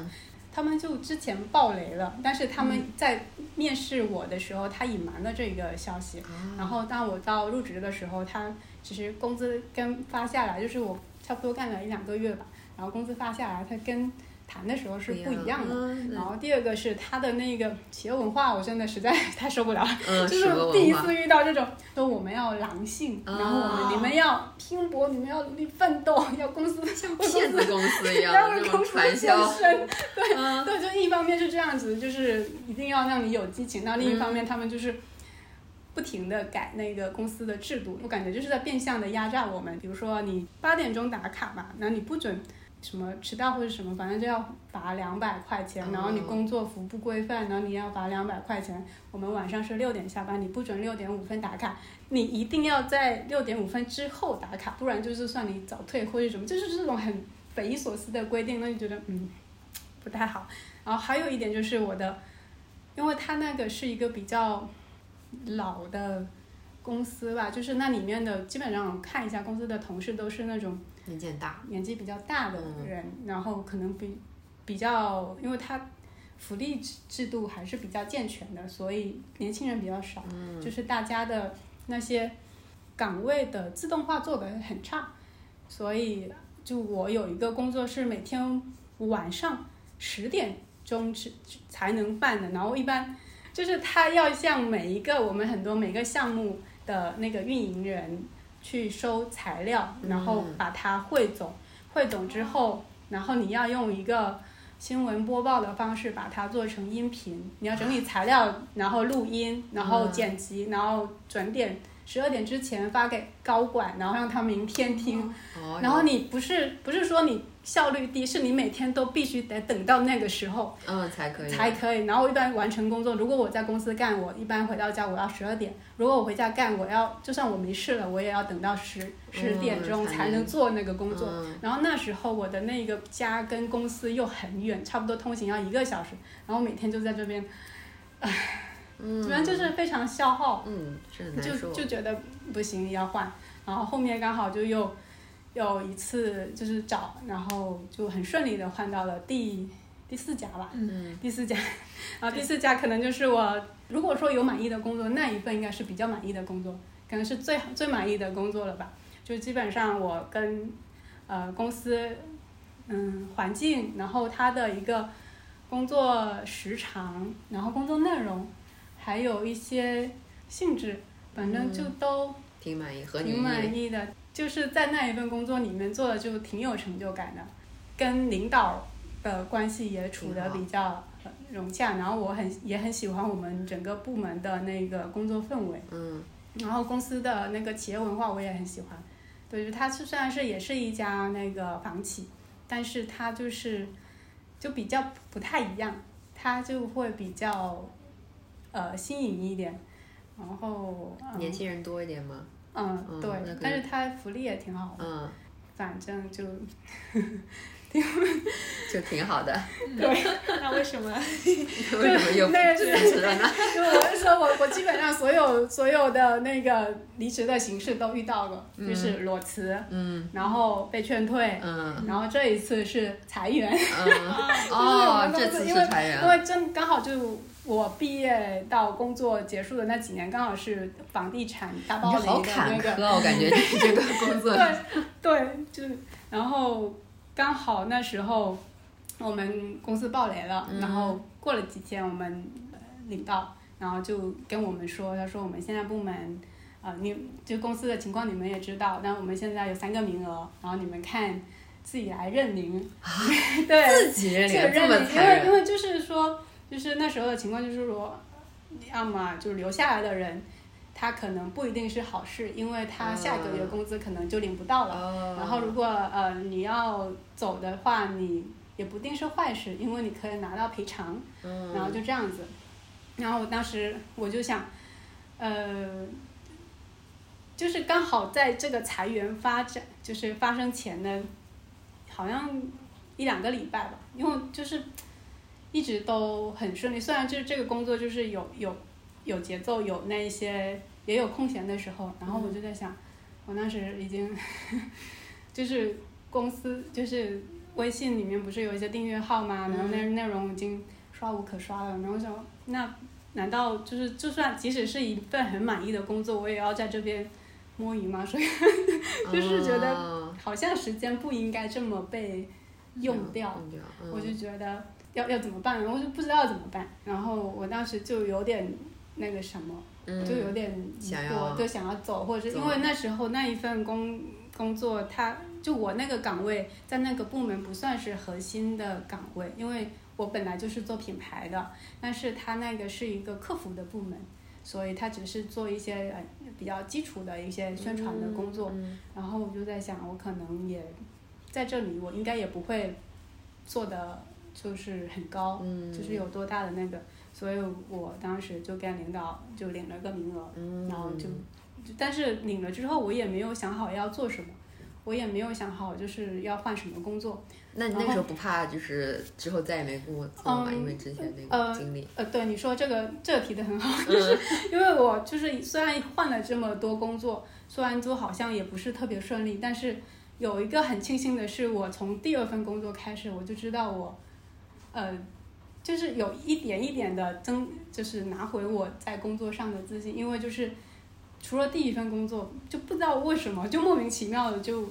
他们就之前爆雷了，但是他们在面试我的时候，他隐瞒了这个消息。
啊
然后当我到入职的时候，他其实工资跟发下来，就是我差不多干了一两个月吧，然后工资发下来，他跟谈的时候是不一样的。
嗯
然后第二个是他的那个企业文化，我真的实在太受不了了， [LAUGHS]
嗯，
就
什
是
么
第
文
一
化？
次遇到这种，说我们要狼性，
啊
然后我们你们要拼搏，你们要努力奋斗，要公司像
骗子公司
[LAUGHS]
一样
要
的
为
那
公
种
司
传
献 [LAUGHS]
销，
身。
嗯
对，就一方面是这样子，就是一定要让你有激情；那另一方面，他们就是不停的改那个公司的制度，我感觉就是在变相的压榨我们。比如说你八点钟打卡吧，那你不准什么迟到或者什么，反正就要罚两百块钱。然后你
哦
工作服不规范，然后你要罚两百块钱。我们晚上是六点下班，你不准六点五分打卡，你一定要在六点五分之后打卡，不然就是算你早退或者什么，就是这种很匪夷所思的规定，那就觉得嗯不太好。然后还有一点就是我的，因为它那个是一个比较老的公司吧，就是那里面的基本上我看一下公司的同事都是那种
年纪很大，
年纪比较大的人，然后可能比比较，因为他福利制制度还是比较健全的，所以年轻人比较少，就是大家的那些岗位的自动化做得很差，所以就我有一个工作是每天晚上十点钟之才能办的，然后一般就是他要向每一个我们很多每个项目的那个运营人去收材料，然后把它汇总，汇总之后，然后你要用一个。新闻播报的方式把它做成音频，你要整理材料，然后录音，然后剪辑，然后转点十二点之前发给高管，然后让他明天听，
哦，
然后你不是不是说你效率低，是你每天都必须得等到那个时候
嗯才可以，
才可以。然后一般完成工作，如果我在公司干，我一般回到家我要十二点；如果我回家干，我要就算我没事了，我也要等到十十点钟
哦才
才能
能
做那个工作。
嗯
然后那时候我的那个家跟公司又很远，差不多通行要一个小时，然后每天就在这边，
嗯
反正就是非常消耗。
嗯，是很难
就
受，
就觉得不行要换，然后后面刚好就又有一次就是找，然后就很顺利的换到了第第四家吧，
嗯
第
[LAUGHS]
四家，然后第四家可能就是我如果说有满意的工作，那一份应该是比较满意的工作，可能是最最满意的工作了吧，就基本上我跟呃公司嗯环境，然后它的一个工作时长，然后工作内容，还有一些性质，反正就都
挺满意，和你
挺满意的，就是在那一份工作里面做的就挺有成就感的，跟领导的关系也处得比较呃融洽，然后我很也很喜欢我们整个部门的那个工作氛围，
嗯，
然后公司的那个企业文化我也很喜欢，对，就它是虽然是也是一家那个房企，但是它就是就比较不太一样，它就会比较呃新颖一点，然后、嗯、
年轻人多一点吗？
嗯，对，
嗯那可以
但是它福利也挺好，
嗯，
反
[LAUGHS]
正就
就挺好
[LAUGHS]
的。
对，那为什么？
为什么又
那是
辞了
[LAUGHS]
呢？
就我是说我我基本上所有所有的那个离职的形式都遇到过，就是裸辞，
嗯
然后被劝退，
嗯
然后这一次是裁员，
嗯，
我
哦
们，公
这
司
次
因
是
为
裁
因
员，
为真刚好就我毕业到工作结束的那几年，刚好是房地产大
你
暴雷
好
的那
坎坷
个，
啊，我感觉你这个工作，
对对，就是然后刚好那时候我们公司爆雷了，
嗯
然后过了几天我们呃领导，然后就跟我们说，他说我们现在部门。啊、你就公司的情况你们也知道，那我们现在有三个名额，然后你们看自己来认
[LAUGHS]
领。对，
自己认
这
领
个
这
认
么哦
领，因
残
为因
忍，
为就是说，就是那时候的情况就是说，要么就留下来的人，他可能不一定是好事，因为他下个月
嗯
工资可能就领不到了。
哦，
然后如果呃你要走的话，你也不一定是坏事，因为你可以拿到赔偿。
嗯，
然后就这样子，然后我当时我就想，呃，就是刚好在这个裁员发展就是发生前的，好像一两个礼拜吧，因为就是一直都很顺利，虽然就是这个工作就是有有有节奏，有那一些也有空闲的时候，然后我就在想，我当时已经 [LAUGHS] 就是公司就是微信里面不是有一些订阅号嘛，然后那内容已经刷无可刷了，然后我想那难道就是就算即使是一份很满意的工作，我也要在这边摸鱼吗？所 [LAUGHS] 以就是觉得
得
好像时间不应该这么被用掉，
用掉，嗯
我就觉得要要怎么办，我就不知道怎么办，然后我当时就有点那个什么。
嗯
就有点
想
我
要
就想要走，或者是
走
因为那时候那一份工工作，它就我那个岗位在那个部门不算是核心的岗位，因为我本来就是做品牌的，但是它那个是一个客服的部门，所以它只是做一些呃比较基础的一些宣传的工作。
嗯
然后我就在想，我可能也在这里，我应该也不会做的就是很高，
嗯
就是有多大的那个，所以我当时就跟领导就领了个名额，
嗯，
然后就，就但是领了之后，我也没有想好要做什么，我也没有想好就是要换什么工作。
那你那个时候不怕就是之后再也没工作吗？
嗯
因为之前那
呃
个经历，
呃，对你说这个这个提的很好，就是因为我就是虽然换了这么多工作，虽然就好像也不是特别顺利，但是有一个很庆幸的是，我从第二份工作开始，我就知道我，呃，就是有一点一点的增，就是拿回我在工作上的自信，因为就是除了第一份工作，就不知道为什么就莫名其妙的就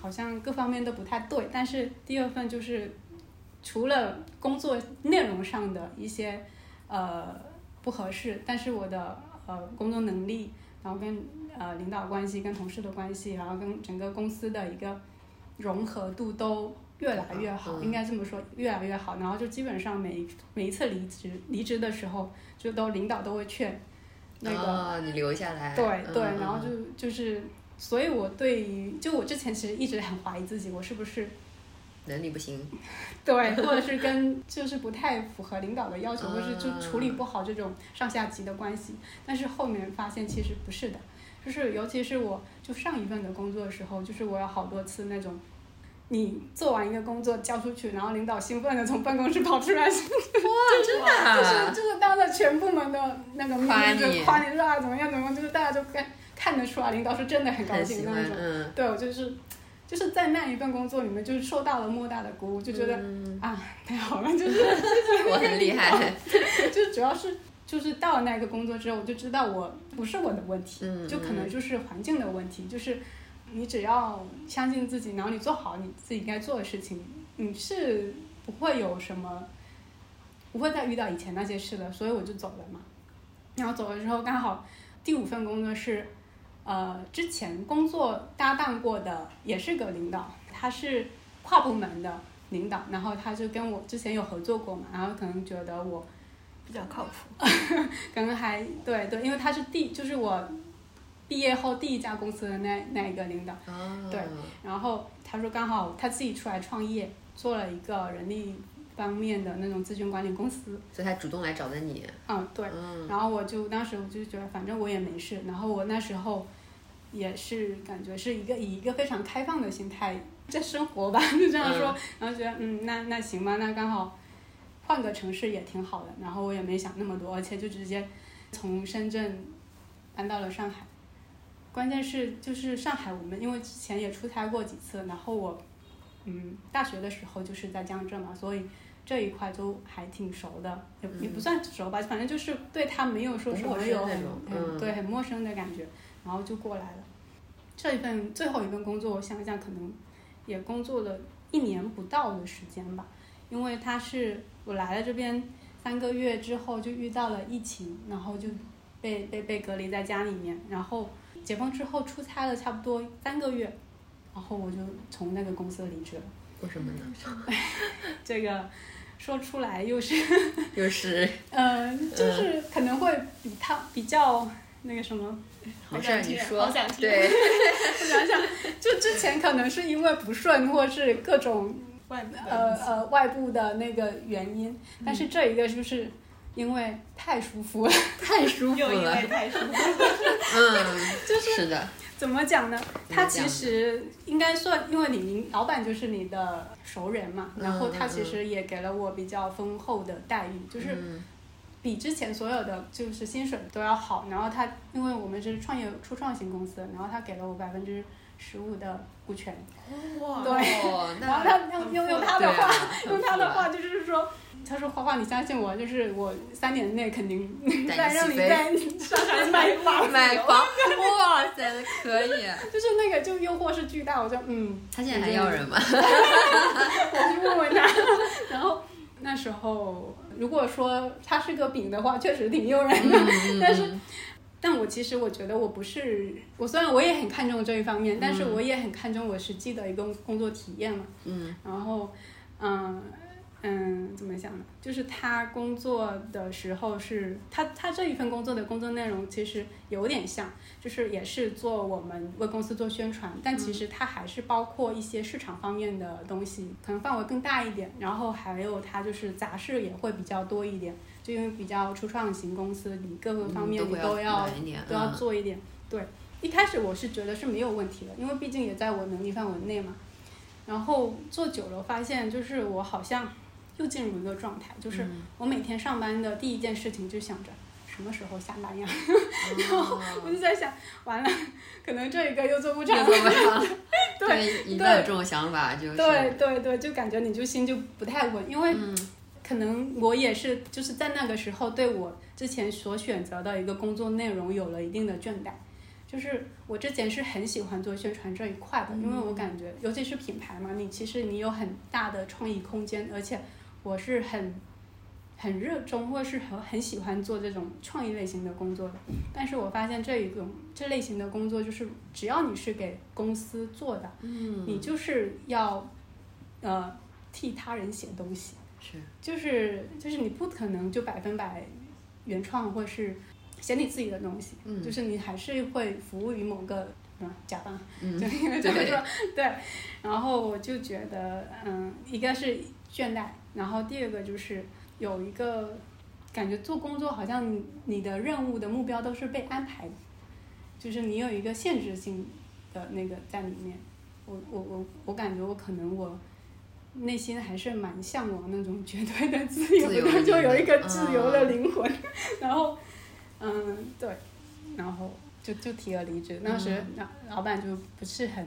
好像各方面都不太对，但是第二份就是除了工作内容上的一些呃不合适，但是我的呃工作能力，然后跟呃领导关系、跟同事的关系，然后跟整个公司的一个融合度都越来越好，
嗯
应该这么说，越来越好。然后就基本上每一每一次离职离职的时候，就都领导都会劝那个、
哦，你留下来，
对对，
嗯
然后就就是，所以我对于就我之前其实一直很怀疑自己，我是不是
能力不行，
对，或者是跟就是不太符合领导的要求，或是就
啊
处理不好这种上下级的关系。但是后面发现其实不是的，就是尤其是我就上一份的工作的时候，就是我有好多次那种。你做完一个工作交出去，然后领导兴奋的从办公室跑出来，
真的
就是
啊，
就是当着全部门的那个
夸
面
你
就夸你说啊怎么样怎么样，就是大家就看看得出啊来，领导是真的很高
很
兴
喜
的
欢
那，种。
嗯，
对我就是就是在那一份工作里面，就是受到了莫大的鼓舞，就觉得、
嗯
啊太好了，就是
我很厉害，
[LAUGHS] 就是主要是就是到了那个工作之后，我就知道我不是我的问题，
嗯，
就可能就是环境的问题，就是你只要相信自己，然后你做好你自己该做的事情，你是不会有什么，不会再遇到以前那些事了，所以我就走了嘛。然后走了之后，刚好第五份工作是，呃之前工作搭档过的也是个领导，他是跨部门的领导，然后他就跟我之前有合作过嘛，然后可能觉得我
比较靠谱。
可能还对对，因为他是第就是我毕业后第一家公司的那那一个领导，
啊
对然后他说刚好他自己出来创业，做了一个人力方面的那种咨询管理公司，
所以他主动来找的你，
嗯对，
嗯，
然后我就当时我就觉得，反正我也没事。然后我那时候也是感觉是一个以一个非常开放的心态在生活吧，就这样说。然后觉得嗯，那那行吧，那刚好换个城市也挺好的。然后我也没想那么多，而且就直接从深圳搬到了上海。关键是就是上海，我们因为之前也出差过几次，然后我嗯大学的时候就是在江浙嘛，所以。这一块都还挺熟的，也也不算熟吧，反正就是对他没有说
不
什么
陌生
有
那
很
种嗯
很对很陌生的感觉，然后就过来了。这一份最后一份工作，我想想可能也工作了一年不到的时间吧，因为他是我来了这边三个月之后就遇到了疫情，然后就被被被隔离在家里面，然后解封之后出差了差不多三个月，然后我就从那个公司离职了。
为什么呢？ [LAUGHS]
这个说出来又是。
又
[LAUGHS]
是
呃，
嗯
就是可能会比他比较那个什么，
没事儿，你说
好想，听
[LAUGHS] 对，
[LAUGHS] 我想想，就之前可能是因为不顺，或是各种
万
呃呃外部的那个原因，但
嗯
是这一个就是因为太舒服了，
[LAUGHS] 太舒服
又因
了
为，太舒服，
嗯，是的，
怎么讲呢？
怎么
他
讲
其
呢
实应该算，因为你你老板就是你的熟人嘛，然后
嗯
他
嗯
其
嗯
实也给了我比较丰厚的待遇，就是
嗯
比之前所有的就是薪水都要好。然后他因为我们是创业初创型公司，然后他给了我百分之十五的股权。
哇
对
哦，
[LAUGHS] 然后
那
他用用用他的
对
话，
啊，
[LAUGHS] 用他的话
很
就是说，他说花花，你相信我，就是我三年内肯定
带你
[LAUGHS] 再让
起
你
飞
在 [LAUGHS] 上海买
复 [LAUGHS] 杂
房，
买房，哇塞，可以，
就是那个就诱惑是巨大，我就嗯。
他现在还要
[LAUGHS]
人吗？
我去问问他。 [LAUGHS] 然后那时候，如果说它是个饼的话，确实挺诱
嗯
人的。嗯但是，但我其实我觉得我不是，我虽然我也很看重这一方面，但是我也很看重我实际的一个工作体验嘛。
嗯，
然后，嗯、嗯，怎么讲呢？就是他工作的时候是，他他这一份工作的工作内容其实有点像，就是也是做我们为公司做宣传，但
嗯
其实它还是包括一些市场方面的东西，可能范围更大一点。然后还有它就是杂事也会比较多一点，就因为比较初创型公司，你各个方面
嗯
你
都
都
会
要
来一点，啊
都要做一点。对，一开始我是觉得是没有问题的，因为毕竟也在我能力范围内嘛。然后做久了，发现就是我好像又进入一个状态，就是
嗯
我每天上班的第一件事情就想着什么时候下班呀。 [LAUGHS]
嗯，哦
我就在想，完了， [LAUGHS] 可能这一个又做不
这 [LAUGHS]
长。
怎么样？
[LAUGHS] 对
对，一旦有这种想法，嗯就是
对对对，就感觉你就心就不太稳，因为
嗯
可能我也是就是在那个时候对我之前所选择的一个工作内容有了一定的倦怠。就是我之前是很喜欢做宣传这一块的，因为我感觉，尤其是品牌嘛，你其实你有很大的创意空间，而且我是很很热衷，或是很很喜欢做这种创意类型的工作的。但是我发现这一种这类型的工作，就是只要你是给公司做的，
嗯，
你就是要呃替他人写东西，
是
就是就是你不可能就百分百原创或是写你自己的东西，
嗯
就是你还是会服务于某个什么甲方，
嗯
就 [LAUGHS] [LAUGHS] 因为这么
对
说对。然后我就觉得，嗯，一个是倦怠，然后第二个就是有一个感觉做工作好像你你的任务的目标都是被安排的，就是你有一个限制性的那个在里面。我我我我感觉我可能我内心还是蛮向往那种绝对的自由
自
的，
由的嗯
就有一个
灵魂
自由的灵魂。然后，嗯，对，然后就就提了离职。当
嗯
时老、老板就不是很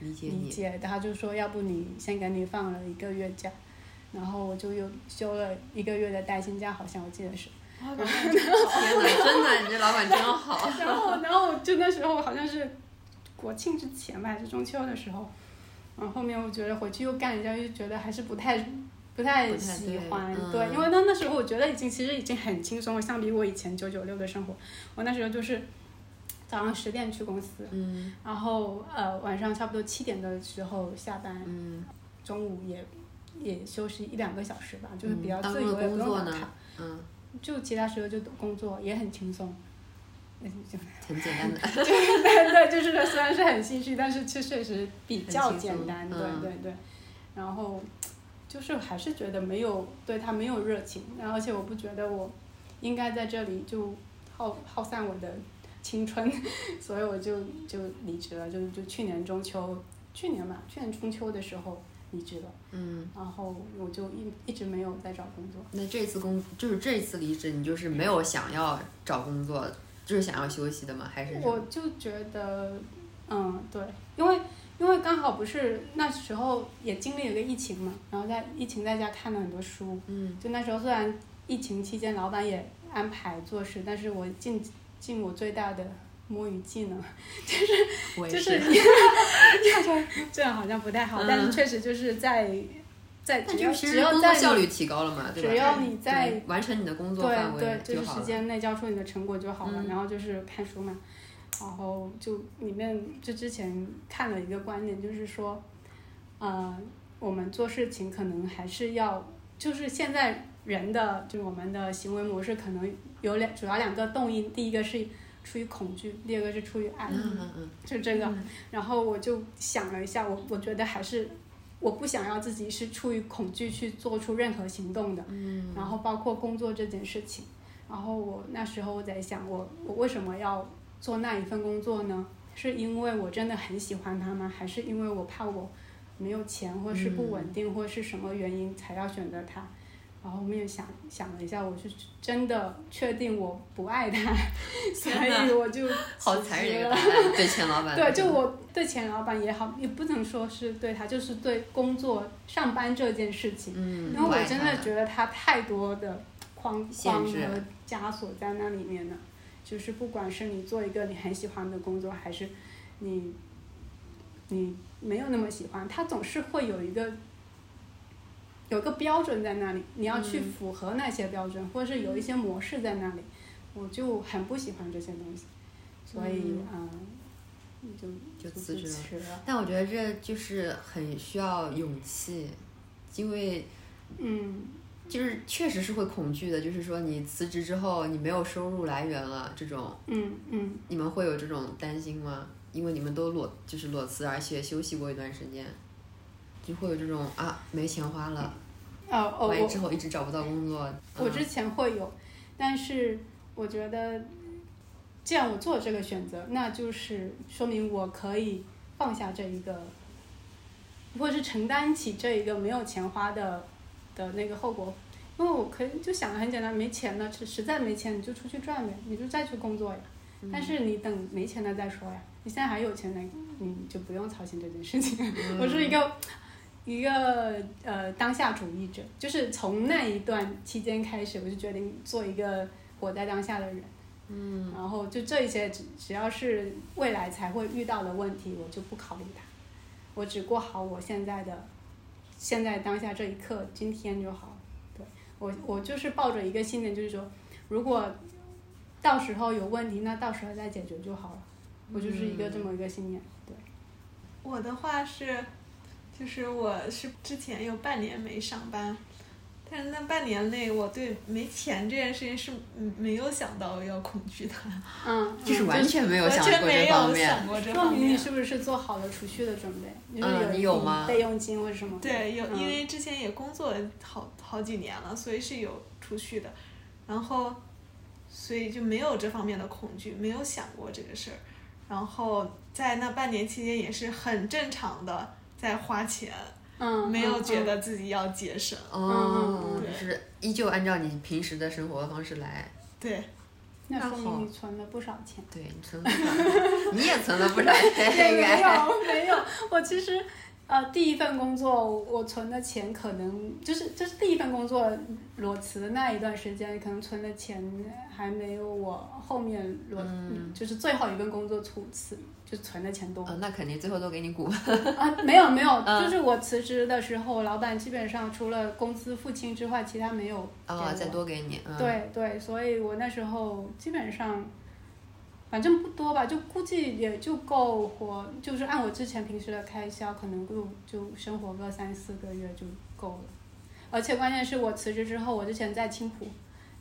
理解
理
你，
解，他就说要不你先给你放了一个月假，然后我就又休了一个月的带薪假，好像我记得是。 [LAUGHS]
哇老板真好
天哪，真的，你这老板真好，
然后，然后就那时候好像是国庆之前吧，还是中秋的时候，然后后面我觉得回去又干一下，又觉得还是不太。不太
不太
喜
对
欢，
嗯
因为那那时候我觉得已经其实已经很轻松了，相比我以前九九六的生活，我那时候就是早上十点去公司，
嗯
然后呃晚上差不多七点的时候下班，
嗯
中午也也休息一两个小时吧，就是比较
嗯当
自由，
做
也不
工作
用打
呢
卡，
嗯，
就其他时候就工作也很轻松。 [LAUGHS] 嗯就
很简单的，
[LAUGHS] 对对，就是说虽然是很兴趣，但是确确实比较
很轻松
简单，对
嗯
对对。然后就是还是觉得没有对他没有热情，然后而且我不觉得我应该在这里就耗耗散我的青春， [LAUGHS] 所以我就就离职了，就就去年中秋，去年嘛，去年中秋的时候离职了，
嗯。
然后我就一一直没有在找工作。
那这次工就是这次离职，你就是没有想要找工作，就是想要休息的吗？还是什么
我就觉得，嗯，对，因为因为刚好不是那时候也经历了个疫情嘛，然后在疫情在家看了很多书，
嗯
就那时候虽然疫情期间老板也安排做事，但是我尽尽我最大的摸鱼技能，
我也
就是是 [LAUGHS] 这样好像不太好，但是
嗯
确实就是在在
但
只
就
要
是其
只
实
要
工作
在
效
你
率提高了嘛，对吧？
只要你在
对完成你的工作范
对
围
对，就是
好
时
了。
间内交出你的成果就好了。
嗯
然后就是看书嘛，然后就里面就之前看了一个观点，就是说，呃，我们做事情可能还是要，就是现在人的就我们的行为模式可能有两主要两个动因，第一个是出于恐惧，第二个是出于爱。
嗯嗯嗯，
就这个
嗯。
然后我就想了一下，我我觉得还是我不想要自己是出于恐惧去做出任何行动的。嗯。然后包括工作这件事情，然后我那时候我在想，我我为什么要做那一份工作呢？是因为我真的很喜欢它吗？还是因为我怕我没有钱，或是不稳定，或是什么原因才要选择它？然后后面想想了一下，我是真的确定我不爱它， [LAUGHS] 所
天哪
以我就
好
辞
残
职
忍啊的
[LAUGHS] 了
答案，啊对钱老板。嗯
对，就我对前老板也好，也不能说是对他，就是对工作上班这件事情，
嗯，
因为
不爱
我真的
他
觉得他太多的框
限
框和
制
枷锁在那里面了。就是不管是你做一个你很喜欢的工作，还是你你没有那么喜欢，他总是会有一个有一个标准在那里，你要
嗯
去符合那些标准，或者是有一些模式在那里，我就很不喜欢这些东西，所以嗯。就
就
就
辞职了
职了，
但我觉得这就是很需要勇气，因为
嗯，
就是确实是会恐惧的，就是说你辞职之后你没有收入来源了，这种
嗯嗯，
你们会有这种担心吗？因为你们都裸就是裸辞，而且休息过一段时间，就会有这种啊没钱花了，
哦哦，
万一
我
之后一直找不到工作，
我
嗯
之前会有，但是我觉得，既然我做这个选择，那就是说明我可以放下这一个，或者是承担起这一个没有钱花的的那个后果。因为我可以就想的很简单，没钱了，实实在没钱你就出去赚呗，你就再去工作呀。
嗯
但是你等没钱了再说呀，你现在还有钱呢，你就不用操心这件事情。我是一个一个呃当下主义者，就是从那一段期间开始，我就决定做一个活在当下的人。嗯，然后就这一些只只要是未来才会遇到的问题，我就不考虑它，我只过好我现在的现在当下这一刻，今天就好。对我我就是抱着一个信念，就是说，如果到时候有问题，那到时候再解决就好了。我就是一个这么一个信念，对，
我的话是，就是我是之前有半年没上班，但是那半年内我对没钱这件事情是嗯没有想到要恐惧的，
嗯，
就是
嗯
完全没有
完
想
全
过这
没
方
有
面，
想过这
说
方
明你
面。
是不是做好了储蓄的准备？就是
嗯
有一
你有
笔
吗
备用金或者什么？
对，有
嗯
因为之前也工作了好好几年了，所以是有储蓄的，然后所以就没有这方面的恐惧，没有想过这个事儿。然后在那半年期间也是很正常的在花钱，
嗯，
没有
嗯
觉，得自己要节省。
哦
嗯，
对
就是依旧按照你平时的生活方式来，
对，
嗯那说
那好
明你存了不少
[LAUGHS]
钱。
对你存了不
[LAUGHS]
少，你也存了不少钱，应
没
该。
有没有，我其实呃第一份工作我存的钱可能就是就是第一份工作裸辞的那一段时间，可能存的钱还没有我后面裸、嗯就是最后一份工作储辞就存的钱多。
嗯，那肯定最后都给你股。
[LAUGHS] 啊，没有没有，
嗯
就是我辞职的时候，老板基本上除了工资付清之外，其他没有给
啊、
我
再多给你。嗯、，
对对，所以我那时候基本上，反正不多吧，就估计也就够活，就是按我之前平时的开销，可能就就生活个三四个月就够了。而且关键是我辞职之后，我之前在青浦，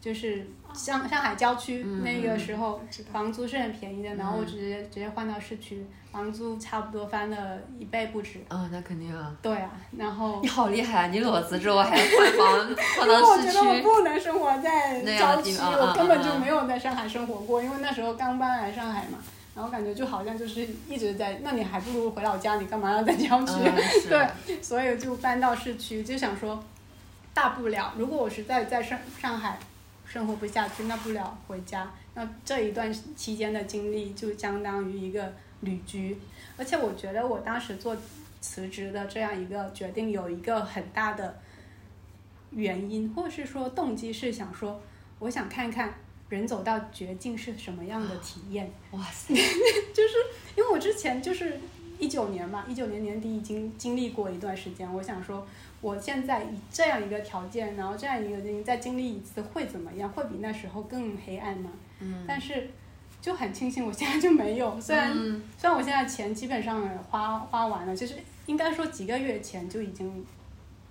就是上上海郊区那个时候，房租是很便宜的，然后我直接直接换到市区，房租差不多翻了一倍不止。
啊、那肯定啊！
对啊，然后
你好厉害啊！你裸辞之后还换
[LAUGHS]
房，换
因为
到
我
市
觉得我
区，
不能生活在
那样
郊
的地
区，
方
我
嗯
根本
嗯
就
嗯
没有在上海生活过，因为那时候刚搬来上海嘛，然后感觉就好像就是一直在，那你还不如回老家，你干嘛要在郊区？
嗯，是
对所以就搬到市区，就想说，大不了如果我实在在上上海生活不下去，那不了回家，那这一段期间的经历就相当于一个旅居。而且我觉得我当时做辞职的这样一个决定，有一个很大的原因，或是说动机是想说，我想看看人走到绝境是什么样的体验。
哇塞，
就是因为我之前就是一九年嘛，一九年年底已经经历过一段时间，我想说，我现在以这样一个条件，然后这样一个原因再经历一次会怎么样？会比那时候更黑暗吗？
嗯，
但是就很庆幸我现在就没有，虽然、
嗯
虽然我现在钱基本上花花完了，就是应该说几个月前就已经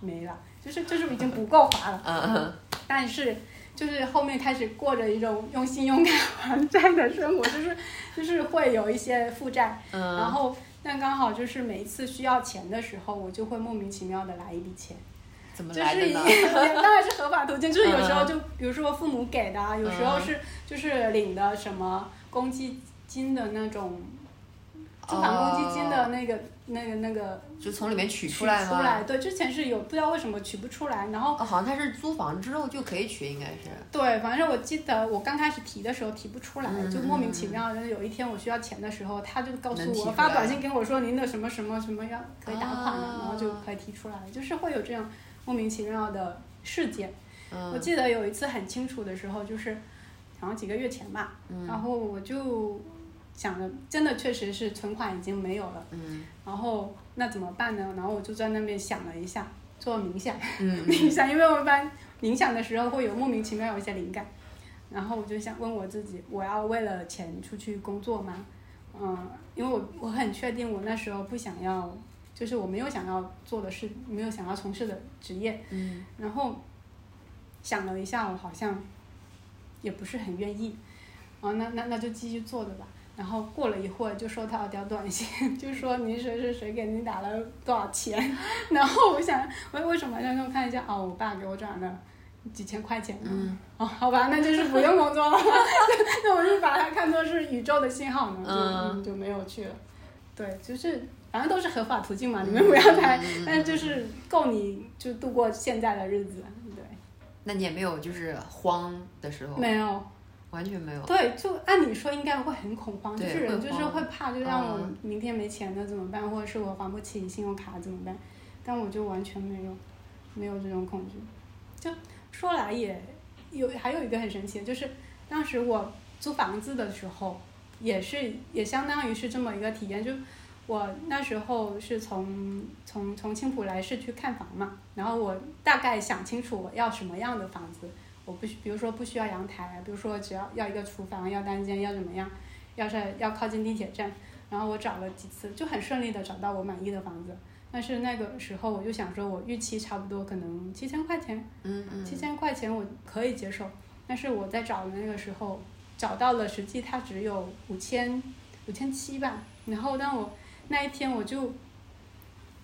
没了，就是就是已经不够花了。
嗯嗯，
但是就是后面开始过着一种用信用卡 [LAUGHS] 还债的生活，就是就是会有一些负债，
嗯
然后但刚好就是每一次需要钱的时候，我就会莫名其妙的来一笔钱，
怎么
就
来
是
的
也 [LAUGHS]
呢？
当然是合法途径，就是有时候
嗯
就比如说父母给的啊，有时候
嗯
是就是领的什么公积金的那种。
哦
住房公积金的那个、那个、那个
就从里面取
取
出来吗？
对，之前是有不知道为什么取不出来，然后
哦，好像它是租房之后就可以取，应该是。
对，反正我记得我刚开始提的时候提不出来，
嗯
就莫名其妙。就是有一天我需要钱的时候，他就告诉
能提出
我
来
发短信给我说您的什么什么什么要可以打款了，
啊
然后就可以提出来，就是会有这样莫名其妙的事件。我
嗯
记得有一次很清楚的时候，就是好像几个月前吧，
嗯
然后我就想着真的确实是存款已经没有了，
嗯
然后那怎么办呢？然后我就在那边想了一下，做冥想。
嗯
[LAUGHS] 冥想，因为我一般冥想的时候会有莫名其妙有一些灵感，然后我就想问我自己，我要为了钱出去工作吗？嗯，因为我我很确定我那时候不想要，就是我没有想要做的事，没有想要从事的职业，
嗯
然后想了一下，我好像也不是很愿意，啊，那那那就继续做着吧。然后过了一会儿，就收到一条短信， [LAUGHS] 就说你谁谁谁给你打了多少钱。 [LAUGHS] 然后我想，我为什么让他看一下？哦，我爸给我转了几千块钱。
嗯，
哦，好吧，那就是不用工作了。 [LAUGHS] 那我就把它看作是宇宙的信号呢，就、
嗯
就没有去了。对，就是反正都是合法途径嘛，你
嗯
们不要太，但是就是够你就度过现在的日子。对，
那你也没有就是慌的时候，
没有，
完全没有。
对，就按理说应该会很恐慌，就
对
是人
会
就是
慌
会怕，就让我
嗯
明天没钱了怎么办，或者是我还不起信用卡怎么办？但我就完全没有，没有这种恐惧。就说来也有，还有一个很神奇的，就是当时我租房子的时候，也是也相当于是这么一个体验，就我那时候是从从从青浦来市区看房嘛，然后我大概想清楚我要什么样的房子，我不需比如说不需要阳台，比如说只要要一个厨房，要单间，要怎么样，要是要靠近地铁站，然后我找了几次，就很顺利的找到我满意的房子。但是那个时候我就想说，我预期差不多可能七千块钱，
嗯嗯
七千块钱我可以接受，但是我在找的那个时候找到了，实际它只有五千五千七吧。然后当我那一天我就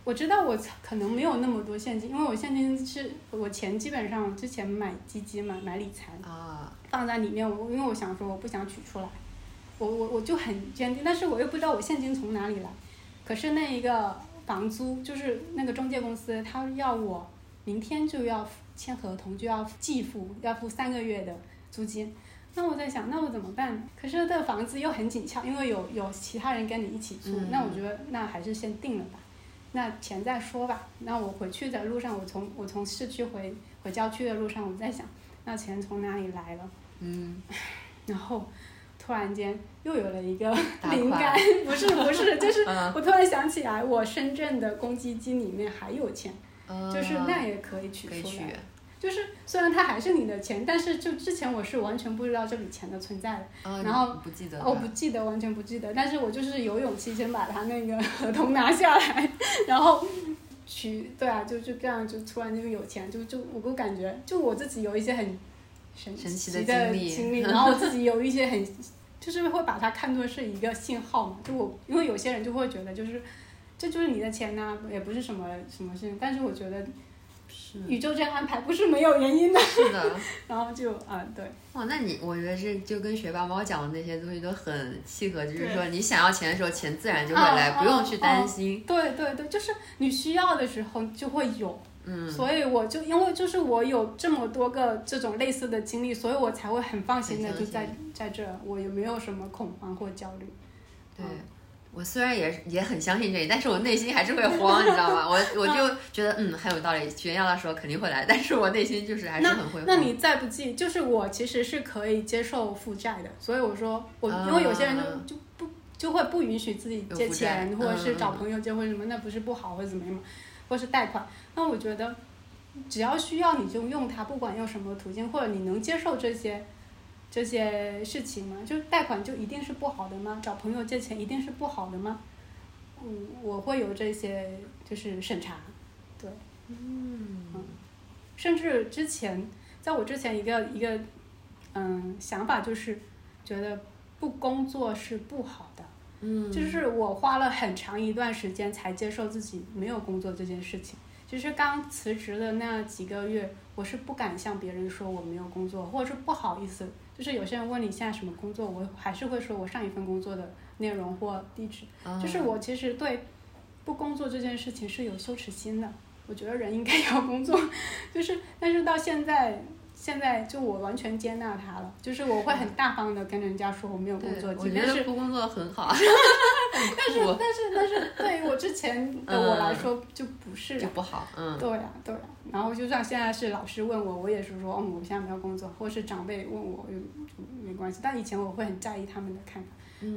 我知道我可能没有那么多现金，因为我现金是我钱基本上之前买基金嘛，买理财
啊，
放在里面，我因为我想说我不想取出来，我我我就很坚定，但是我又不知道我现金从哪里来。可是那一个房租就是那个中介公司，他要我明天就要付签合同，就要寄付，要付三个月的租金。那我在想，那我怎么办呢？可是这房子又很紧俏，因为有有其他人跟你一起住，
嗯
那我觉得那还是先定了吧，那钱再说吧。那我回去的路上，我从我从市区回回郊区的路上，我在想，那钱从哪里来了？
嗯，
然后突然间又有了一个
打
灵
款
感，不是不是，
[LAUGHS]
就是
嗯
我突然想起来，我深圳的公积金里面还有钱，
嗯
就是那也可以取
可以
出来
取。
就是虽然它还是你的钱，但是就之前我是完全不知道这笔钱的存在的，
啊，
然后
你不记得了，
哦我不记得，完全不记得。但是我就是有勇气先把他那个 [LAUGHS] 合同拿下来，然后取对啊，就就这样，就突然就有钱，就就我就感觉，就我自己有一些很神
神奇的
的经
经历 [LAUGHS]
然后我自己有一些很，就是会把它看作是一个信号嘛。就我因为有些人就会觉得就是这就是你的钱呐、也不是什么什么事情。但是我觉得
是
宇宙这样安排不是没有原因的。 [LAUGHS]
是的，
然后就啊对。
哇，哦那你我觉得这就跟学霸猫讲的那些东西都很契合，就是
对
说你想要钱的时候，钱自然就会
啊
来，
啊
不用去
啊
担心。
对对对，就是你需要的时候就会有，
嗯，
所以我就因为就是我有这么多个这种类似的经历，所以我才会很放心的
很
就
相
在在这儿，我也没有什么恐慌或焦虑。
对。
嗯
我虽然也是也很相信这里，但是我内心还是会慌，你知道吗？我我就觉得嗯很有道理，学要的时候肯定会来，但是我内心就是还是很会慌。
那你再不济，就是我其实是可以接受负债的，所以我说我、因为有些人就
啊
就不就会不允许自己借
有负债
钱，或者是
嗯
找
嗯嗯
朋友借或者什么，那不是不好或者怎么样嘛，或是贷款。那我觉得只要需要你就用它，不管用什么途径，或者你能接受这些。这些事情吗？就是贷款就一定是不好的吗？找朋友借钱一定是不好的吗？嗯，我会有这些就是审查，对，嗯，甚至之前在我之前一个一个嗯想法就是觉得不工作是不好的，
嗯
就是我花了很长一段时间才接受自己没有工作这件事情。就是刚辞职的那几个月，我是不敢向别人说我没有工作，或者是不好意思。就是有些人问你现在什么工作，我还是会说我上一份工作的内容或地址。
啊
就是我其实对不工作这件事情是有羞耻心的。我觉得人应该 [LAUGHS] 要工作，就是但是到现在，现在就我完全接纳它了，就是我会很大方的跟人家说我没有工
对
作，
我
即
觉
便
得
是
不工作很好，
但是但是
[LAUGHS]
但是对于我之前的我来说
嗯
就不是
就
啊。
不好，嗯，
对呀、对呀、然后就算现在是老师问我，我也是说，嗯，我现在没有工作，或是长辈问我，就就没关系。但以前我会很在意他们的看法，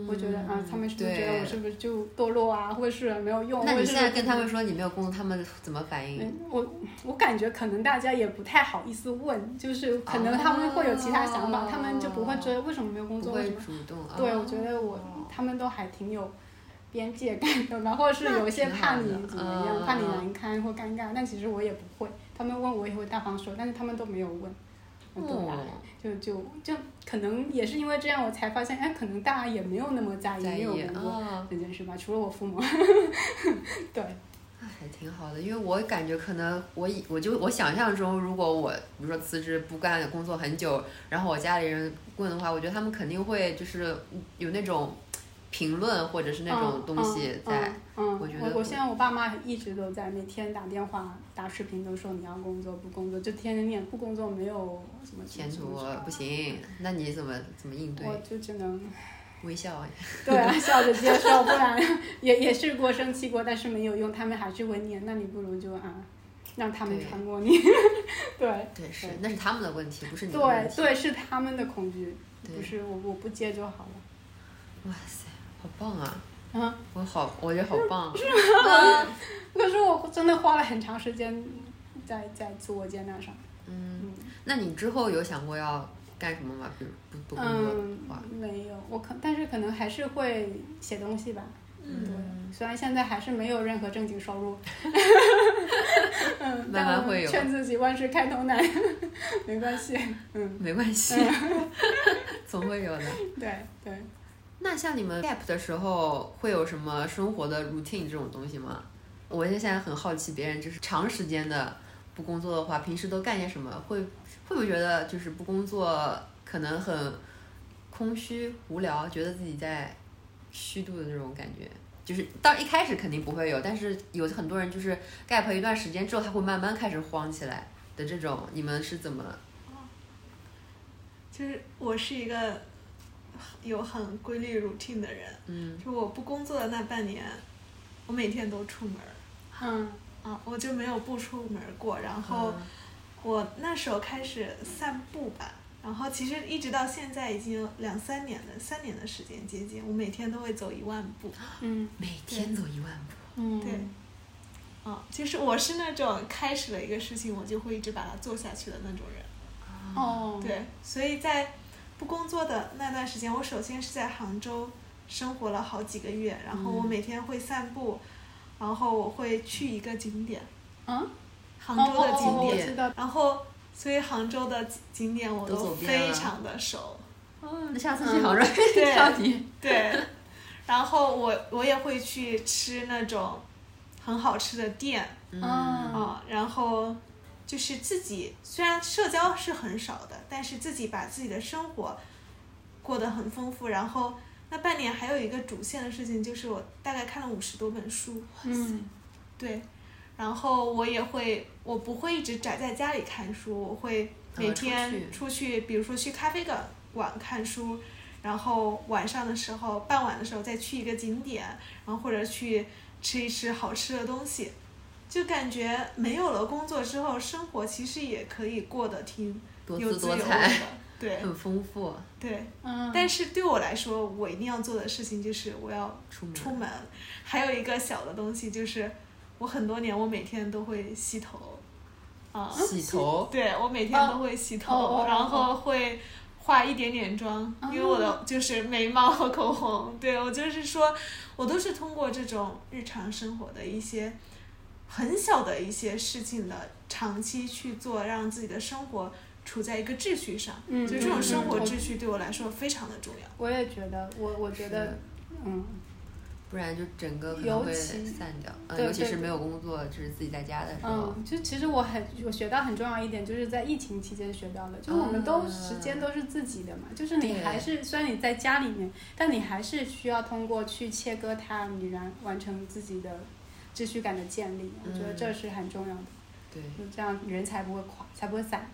我觉得
嗯
啊，他们是不是觉得我是不是就堕落啊，或是没有用？
那
或
你
者
现在跟他们说你没有工作，他们怎么反应？
嗯，我我感觉可能大家也不太好意思问，就是可能他们会有其他想法，
哦
他们就不会觉得为什么没有工
不
作，为
会
什么？
主动啊？
对，我觉得我他们都还挺有边界感
[LAUGHS]
的吧，或者是有一些怕你
那挺好的
怎么样，
嗯
怕你难堪或尴尬，但其实我也不会，他们问我也会大方说，但是他们都没有问。嗯对吧？
哦，
就就就可能也是因为这样，我才发现，哎，可能大家也没有那么在意
在
没有
意
工作
啊，
这件事吧，除了我父母。 [LAUGHS] 对，
那还挺好的，因为我感觉可能我以我就我想象中，如果我比如说辞职不干工作很久，然后我家里人问的话，我觉得他们肯定会就是有那种评论或者是那种东西在。
嗯，嗯，嗯
我觉得
我
我
现在我爸妈一直都在每天打电话、打视频，都说你要工作不工作，就天天念不工作没有什么
前
什
途
么什么
不行，那你怎么怎么应对？
我就只能
微笑啊，
对啊，笑着接受，不然也也试过生气过，但是没有用，他们还是会念，那你不如就啊，让他们
对
穿过你， [LAUGHS] 对。
对，是那是他们的问题，不是你的问
对
题。
对，是他们的恐惧，
对
不是我我不接就好
哇塞，好棒啊！
了。啊，
我好，我觉得好棒。
可是我真的花了很长时间在在自我接纳上。
嗯，那你之后有想过要干什么吗？比如不不工作的话，
嗯、没有，我可但是可能还是会写东西吧。对，虽然现在还是没有任何正经
[LAUGHS]
收入，嗯，
慢慢
但我
会有
劝自己万事开头难， [LAUGHS] 没关系，嗯，
没关系，
哎
[LAUGHS] 总会有的。
对对，
那像你们 gap 的时候，会有什么生活的 routine 这种东西吗？我就现在很好奇，别人就是长时间的不工作的话，平时都干些什么？会会不会觉得就是不工作可能很空虚无聊，觉得自己在虚度的那种感觉？就是到一开始肯定不会有，但是有很多人就是 gap 一段时间之后，他会慢慢开始慌起来的这种，你们是怎么？
就是我是一个有很规律 routine 的人，
嗯，
就我不工作的那半年，我每天都出门儿
嗯
啊，我就没有不出门儿过。然
嗯
后我那时候开始散步吧，然后其实一直到现在已经有两三年的三年的时间接近，我每天都会走一万步。
嗯
每天走一万步，
嗯，
对，啊，就是我是那种开始了一个事情，我就会一直把它做下去的那种人。
哦，
对，所以在不工作的那段时间，我首先是在杭州生活了好几个月，然后
嗯
我每天会散步，然后我会去一个景点，
嗯，
杭州的
哦
景
哦哦我
点，
知道，
然后所以杭州的景点我
都走遍
非
了
常的熟，
嗯
那下次去杭州
对
叫你。
对，然后我我也会去吃那种很好吃的店，
嗯
啊，然后就是自己虽然社交是很少的，但是自己把自己的生活过得很丰富。然后那半年还有一个主线的事情，就是我大概看了五十多本书，
嗯
对。然后我也会，我不会一直宅在家里看书，我会每
呃出
天
去
出去，比如说去咖啡馆馆看书，然后晚上的时候、傍晚的时候再去一个景点，然后或者去吃一吃好吃的东西，就感觉没有了工作之后，生活其实也可以过得挺
多
有
姿
滋有
多
味
彩，
的。
[LAUGHS]
对
很丰富。
对，
嗯，
但是对我来说，我一定要做的事情就是我要
出门
出门，还有一个小的东西就是，我很多年我每天都会洗头，啊、
洗头，
对我每天都会洗头，
哦哦哦
然后会化一点点妆，因为我的就是眉毛和口红，对我就是说，我都是通过这种日常生活的一些很小的一些事情的长期去做，让自己的生活处在一个秩序上，
嗯
就这种生活
嗯嗯
秩序对我来说非常的重要。
我也觉得，我我觉
是
得，嗯，
不然就整个可
尤
能会
其
散掉。嗯，
对
尤其
对
是
对
没有工作，就是自己在家的时候。
嗯，就其实我很我学到很重要一点，就是在疫情期间学到的，就是我们都
啊
时间都是自己的嘛，就是你
对
还是虽然你在家里面，但你还是需要通过去切割它，你然完成自己的秩序感的建立，我觉得
嗯
这是很重要的，
对，
就这样人才不会垮，才不会散。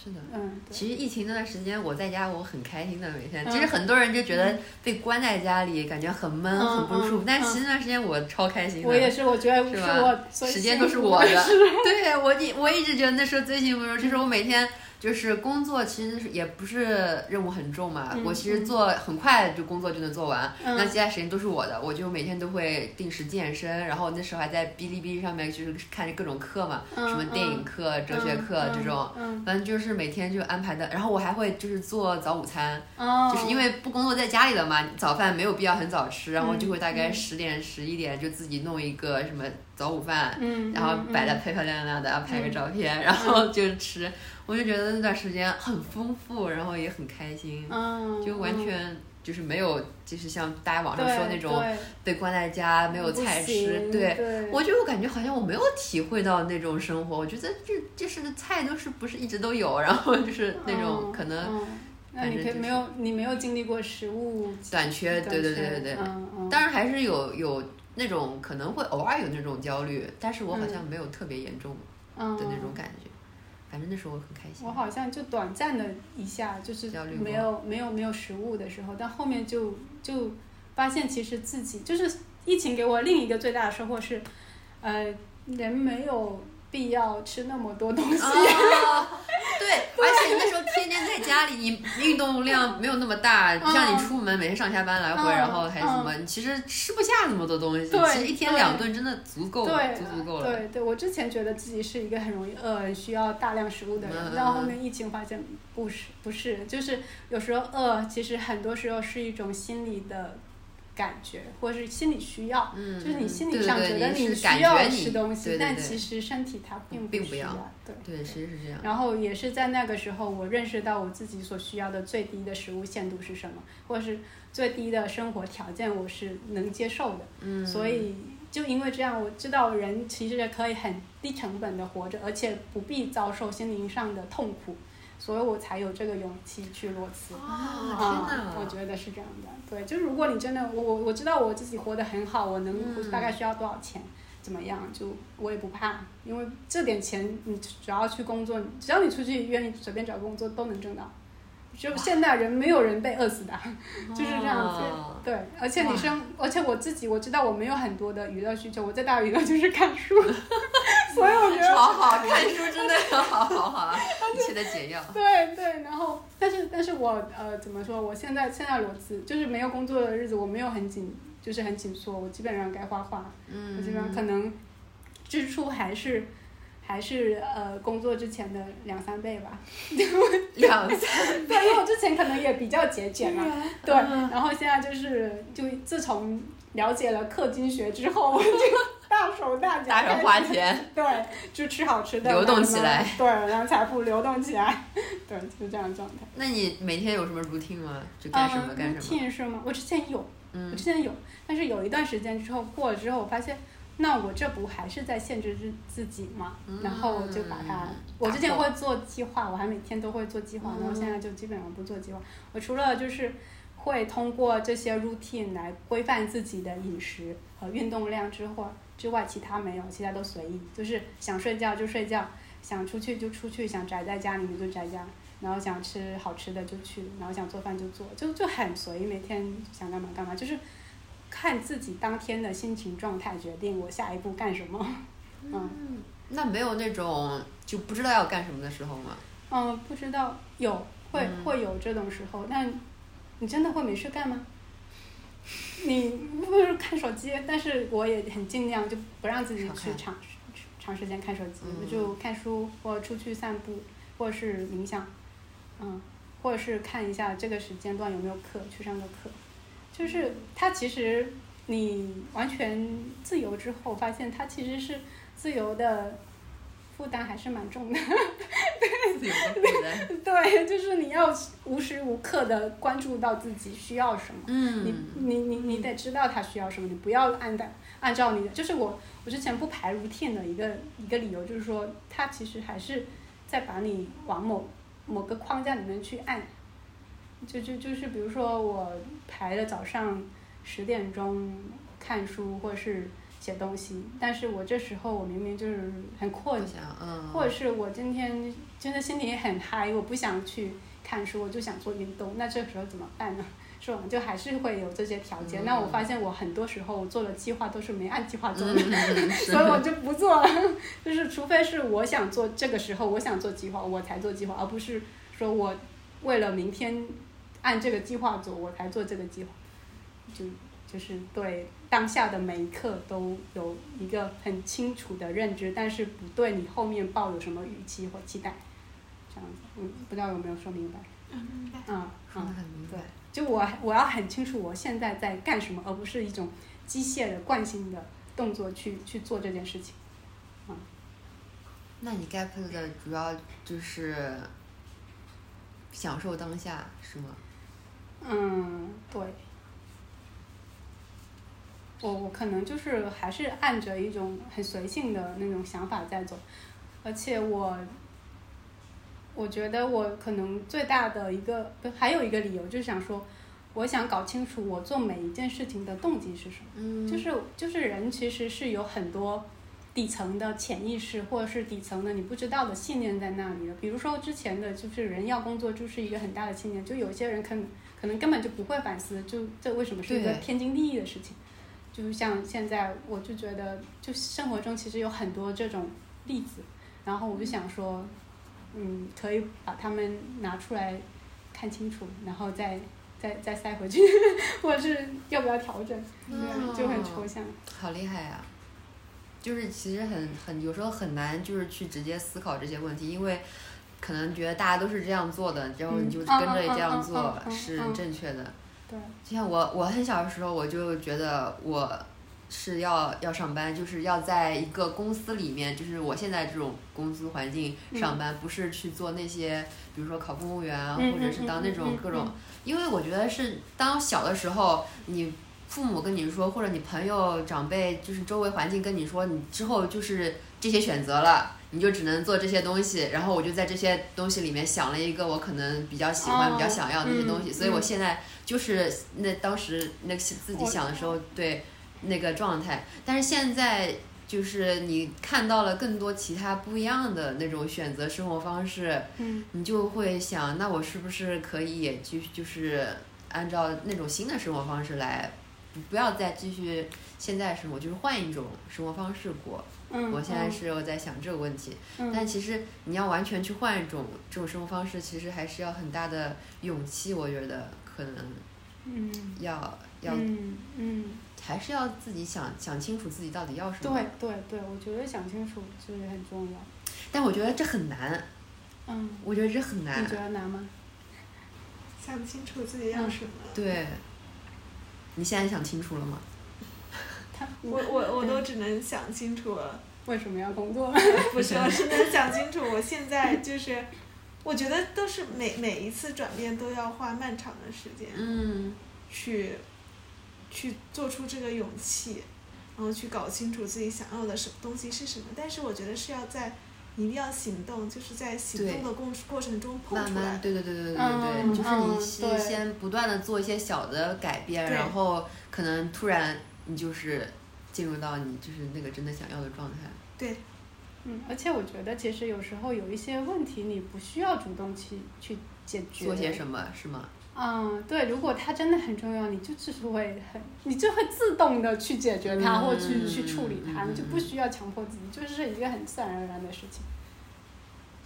是的。
嗯，对，
其实疫情那段时间，我在家我很开心的，每天。
嗯
其实很多人就觉得被关在家里感觉很闷、
嗯
很不舒服
嗯，
但是其实那段时间我超开心的。
我也是，我觉得
是
是
吧
我最
时间
幸
都是
福
我 [LAUGHS] 的。
[LAUGHS]
对我一我一直觉得那时候最幸福的时候，就是我每天就是工作，其实也不是任务很重嘛，
嗯
我其实做很快就工作就能做完，
嗯
那接下来时间都是我的，我就每天都会定时健身，然后那时候还在哔哩哔哩上面就是看各种课嘛，
嗯
什么电影课、哲学课、这种。，
嗯，
反正就是每天就安排的，然后我还会就是做早午餐，
嗯哦，
就是因为不工作在家里了嘛，早饭没有必要很早吃，然后
嗯
就会大概
嗯
十点十一点就自己弄一个什么早午饭，
嗯，嗯，嗯
然后摆的漂漂亮亮的，拍个照片，然后就吃。我就觉得那段时间很丰富，然后也很开心，
嗯，嗯，
就完全就是没有，就是像大家网
对
上说那种
对
被关在家没有
不
菜
行
吃，
对
对。，我就感觉好像我没有体会到那种生活，我觉得这就是菜都是不是一直都有，然后就是那种
嗯
可能
嗯那
反
你
正
可
就
以
是
没有你没有经历过食物
短缺，对对对对对。
嗯嗯，
当然还是有有那种可能会偶尔有那种焦虑，但是我好像没有特别严重
嗯
的那种感觉。反正那时候我很开心 [LAUGHS]
我。好像就短暂的一下，就是
焦虑过
没有没有没有食物的时候，但后面就就发现其实自己就是疫情给我另一个最大的收获是，呃，人没有必要吃那么多东西。
哦，对，而且那时候天天在家里，你运动量没有那么大，不像你出门每天上下班来回，
嗯
然后还什么，你其实吃不下那么多东西。
对
其实一天
对
两顿真的足够了，
对，
足足够了。
对对，我之前觉得自己是一个很容易饿、需要大量食物的
嗯嗯
人，
嗯
然后后面疫情发现不是不是，就是有时候饿，其实很多时候是一种心理的感觉，或是心理需要。
嗯，
就是你心
对
理
对
上
对
觉得
你是
需
感觉
要
你
吃东西，
对对
但
对
其实身体它并
并不
需
要
对，
对，其实是这样。
然后也是在那个时候，我认识到我自己所需要的最低的食物限度是什么，或是最低的生活条件，我是能接受的。
嗯，
所以就因为这样，我知道人其实可以很低成本的活着，而且不必遭受心灵上的痛苦，所以我才有这个勇气去裸辞。
啊，天
啊
哪，
我觉得是这样的，对，就如果你真的，我我我知道我自己活得很好，我能、
嗯
我大概需要多少钱，怎么样，就我也不怕，因为这点钱你只要去工作，只要你出去愿意随便找工作都能挣到。就现代人没有人被饿死的，就是这样子
哦。
对，而且
哇
你生，而且我自己我知道我没有很多的娱乐需求，我最大的娱乐就是 [LAUGHS] 看书，所以我觉得
好好看书真的要好好好，一切的解药。
对对，然后但是但是我呃怎么说？我现在现在裸辞，就是没有工作的日子，我没有很紧，就是很紧缩，我基本上该画画，我
嗯，
基本上可能支出还是还是呃工作之前的两三倍吧。
两三
对，因为我之前可能也比较节俭
[LAUGHS]
嘛，对，
嗯
然后现在就是就自从了解了氪金学之后，我就大手大脚，
大手花，钱，
对，就吃好吃的，
流动
买
起
买
来，
对，然后财富流动起来，对，就是这样的状态。
那你每天有什么 routine 吗？就干
嗯，
什么干什么？
routine 是吗？我之前有，
嗯
我之前有，但是有一段时间之后过了之后，我发现，那我这不还是在限制自自己吗？然后我就把它，我之前
嗯打破
会做计划，我还每天都会做计划，然后现在就基本上不做计划。我除了就是会通过这些 routine 来规范自己的饮食和运动量之后之外，其他没有，其他都随意，就是想睡觉就睡觉，想出去就出去，想宅在家里面就宅家。然后想吃好吃的就去，然后想做饭就做，就就很随意，每天想干嘛干嘛，就是看自己当天的心情状态决定我下一步干什么。嗯
那没有那种就不知道要干什么的时候
[LAUGHS]
吗？
嗯，不知道有会
嗯
会有这种时候，但你真的会没事干吗？你不是看手机，但是我也很尽量就不让自己
少
去
看
长长时间看手机，
嗯
就看书或出去散步，或是冥想，嗯，或者是看一下这个时间段有没有课，去上个课。就是它其实你完全自由之后，发现它其实是自由的负担还是蛮重的。
自己不负担。
[LAUGHS] 对，就是你要无时无刻的关注到自己需要什么，你
嗯，
你你你得知道他需要什么，你不要按照按照你的，就是我我之前不排 routine 的一个一个理由就是说，他其实还是在把你往某某个框架里面去按，就就就是比如说我排了早上十点钟看书或是写东西，但是我这时候我明明就是很困
不，想，嗯，
或者是我今天真的心里很嗨，我不想去看书，我就想做运动，那这时候怎么办呢？是吧？就还是会有这些条件。
嗯
那我发现我很多时候我做了计划都是没按计划做的，
嗯，是
所以我就不做了。 [LAUGHS] 就是除非是我想做，这个时候我想做计划，我才做计划，而不是说我为了明天按这个计划走，我才做这个计划。就就是对当下的每一刻都有一个很清楚的认知，但是不对你后面抱有什么预期或期待，这样子，嗯，不知道有没有说明白？
嗯，
啊、
说
嗯、
的
啊、
很明白。
就我我要很清楚我现在在干什么，而不是一种机械的惯性的动作去去做这件事情。
那你 gap 的主要就是享受当下是吗？
嗯，对。我我可能就是还是按着一种很随性的那种想法在走，而且我，我觉得我可能最大的一个不还有一个理由就是想说，我想搞清楚我做每一件事情的动机是什么。
嗯
就是就是人其实是有很多底层的潜意识或者是底层的你不知道的信念在那里的。比如说之前的就是人要工作就是一个很大的信念，就有些人可能可能根本就不会反思，就这为什么是一个
对
天经地义的事情。就像现在，我就觉得，就生活中其实有很多这种例子，然后我就想说，嗯，可以把它们拿出来看清楚，然后再再再塞回去， [LAUGHS] 或者是要不要调整，
嗯
对，就很抽象。
好厉害呀、就是其实很很有时候很难，就是去直接思考这些问题，因为可能觉得大家都是这样做的，然后你就
嗯
跟
嗯
着
嗯
这样
嗯
做
嗯嗯
是
嗯
正确的。
对，
就像我，我很小的时候我就觉得我是要要上班，就是要在一个公司里面，就是我现在这种公司环境
嗯
上班，不是去做那些，比如说考公务员啊，
嗯
或者是当那
嗯嗯
种
嗯
各种，因为我觉得是当小的时候你。父母跟你说，或者你朋友、长辈，就是周围环境跟你说，你之后就是这些选择了，你就只能做这些东西。然后我就在这些东西里面想了一个我可能比较喜欢、
哦
比较想要的那些东西，
嗯
所以我
嗯
现在就是那当时那个自己想的时
嗯
候，对那个状态。但是现在就是你看到了更多其他不一样的那种选择生活方式，
嗯
你就会想，那我是不是可以也就就是按照那种新的生活方式来，不不要再继续现在生活，就是换一种生活方式过。
嗯，
我现在是有在想这个问题，
嗯，
但其实你要完全去换一种这种生活方式，其实还是要很大的勇气，我觉得可能
嗯
要要
嗯嗯，
还还是要自己想想清楚自己到底要什么。
对对对，我觉得想清楚就是很重要。
但我觉得这很难，
嗯，
我觉得这很
你
难
觉。得难吗？
想清楚自己
嗯
要什么。
对，你现在想清楚了吗？
他
我我我都只能想清楚了，
为什么要工作？ [LAUGHS]
不是，我是能想清楚。我现在就是，我觉得都是每每一次转变都要花漫长的时间
嗯，
去去做出这个勇气，然后去搞清楚自己想要的什么东西是什么。但是我觉得是要在一定要行动，就是在行动的过过程中碰
慢
出来
慢，。对对对对对对，
嗯嗯
就是你
对
是先不断的做一些小的改变，
对
然后可能突然你就是进入到你就是那个真的想要的状态。
嗯，而且我觉得其实有时候有一些问题你不需要主动去去解决。
做些什么是吗？
嗯，对，如果它真的很重要，你就就是会很，你就会自动的去解决它，
嗯
或去去处理它，
嗯
你就不需要强迫自己，就是一个很自然而然的事情。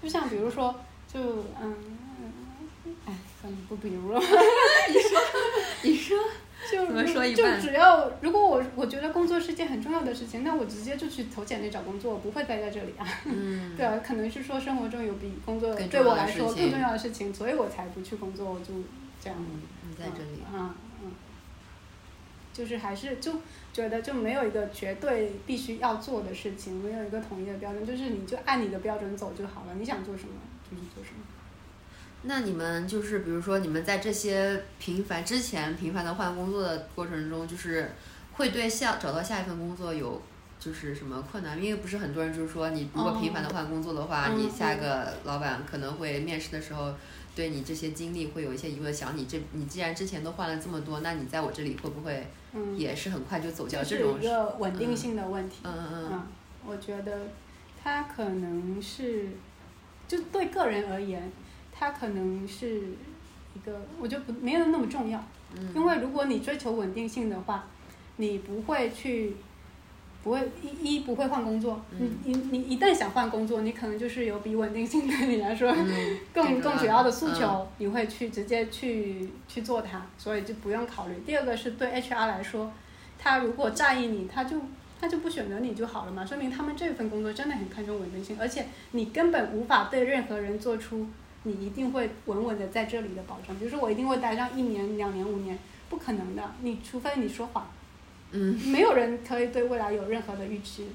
就像比如说，就嗯，哎，算了，不比
[LAUGHS]
如了，
你说
就
怎么说一
就
半
只要如果我我觉得工作是件很重要的事情，那我直接就去投简历找工作，我不会待在这里啊。
嗯，
[LAUGHS] 对啊，可能是说生活中有比工作
更重
对
要
我
的
来
事
说
情
更重要的事情，所以我才不去工作，我就这样。
嗯你在这里，
嗯嗯，就是还是就觉得就没有一个绝对必须要做的事情，没有一个统一的标准，就是你就按你的标准走就好了，你想做什么就是做什么。
那你们就是比如说你们在这些频繁之前频繁的换工作的过程中，就是会对下找到下一份工作有就是什么困难？因为不是很多人就是说你如果
哦
频繁的换工作的话，
嗯
你下一个老板可能会面试的时候。对你这些经历会有一些疑问，想你这你既然之前都换了这么多，那你在我这里会不会
嗯，
也是很快就走掉
就
这
是
种
一
事？
个稳定性的问题。
嗯嗯嗯
嗯，我觉得他可能是，就对个人而言，他可能是一个，我觉得不没有那么重要。
嗯，
因为如果你追求稳定性的话，你不会去，不会一一不会换工作。
嗯
你你你一旦想换工作，你可能就是有比稳定性对你来说
嗯
更
更
更
主
主
要
要
的
的诉求，你会去直接去去做它，所以就不用考虑。第二个是对 HR 来说，他如果在意你，他就他就不选择你就好了嘛，说明他们这份工作真的很看重稳定性，而且你根本无法对任何人做出你一定会稳稳的在这里的保证，比如说我一定会待上一年、两年、五年，不可能的，你除非你说谎，
嗯，
没有人可以对未来有任何的预期。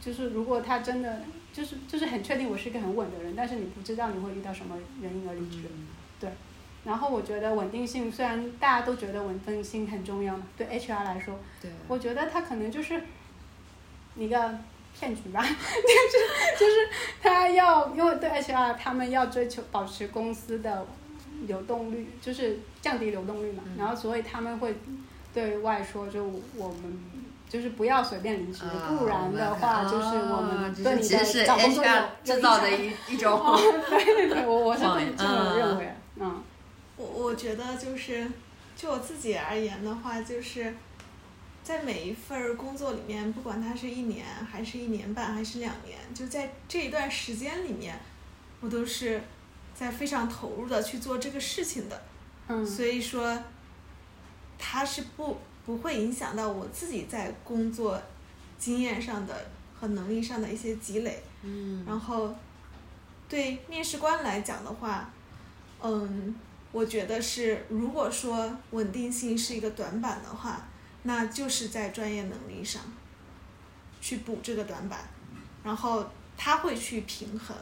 就是如果他真的就是就是很确定我是一个很稳的人，但是你不知道你会遇到什么原因而离职。
嗯
然后我觉得稳定性虽然大家都觉得稳定性很重要嘛，对 HR 来说，
对，
我觉得他可能就是一个骗局吧， [LAUGHS] 就是就是他要因为对 HR 他们要追求保持公司的流动率，就是降低流动率嘛，
嗯
然后所以他们会对外说就我们。就是不要随便离职，
啊
不然的话，
我
就是我
啊
们
只
对
是
你
只是
的找工作有
HR
有
制
影
造
响
的
[LAUGHS]
一一种
哦，对对，我我是
谎言
会这么认为，嗯
我我觉得就是，就我自己而言的话，就是在每一份儿工作里面，不管它是一年还是一年半还是两年，就在这一段时间里面，我都是在非常投入的去做这个事情的。
嗯
所以说，它是不不会影响到我自己在工作经验上的和能力上的一些积累。
嗯
然后，对面试官来讲的话，嗯，我觉得是，如果说稳定性是一个短板的话，那就是在专业能力上去补这个短板，然后他会去平衡。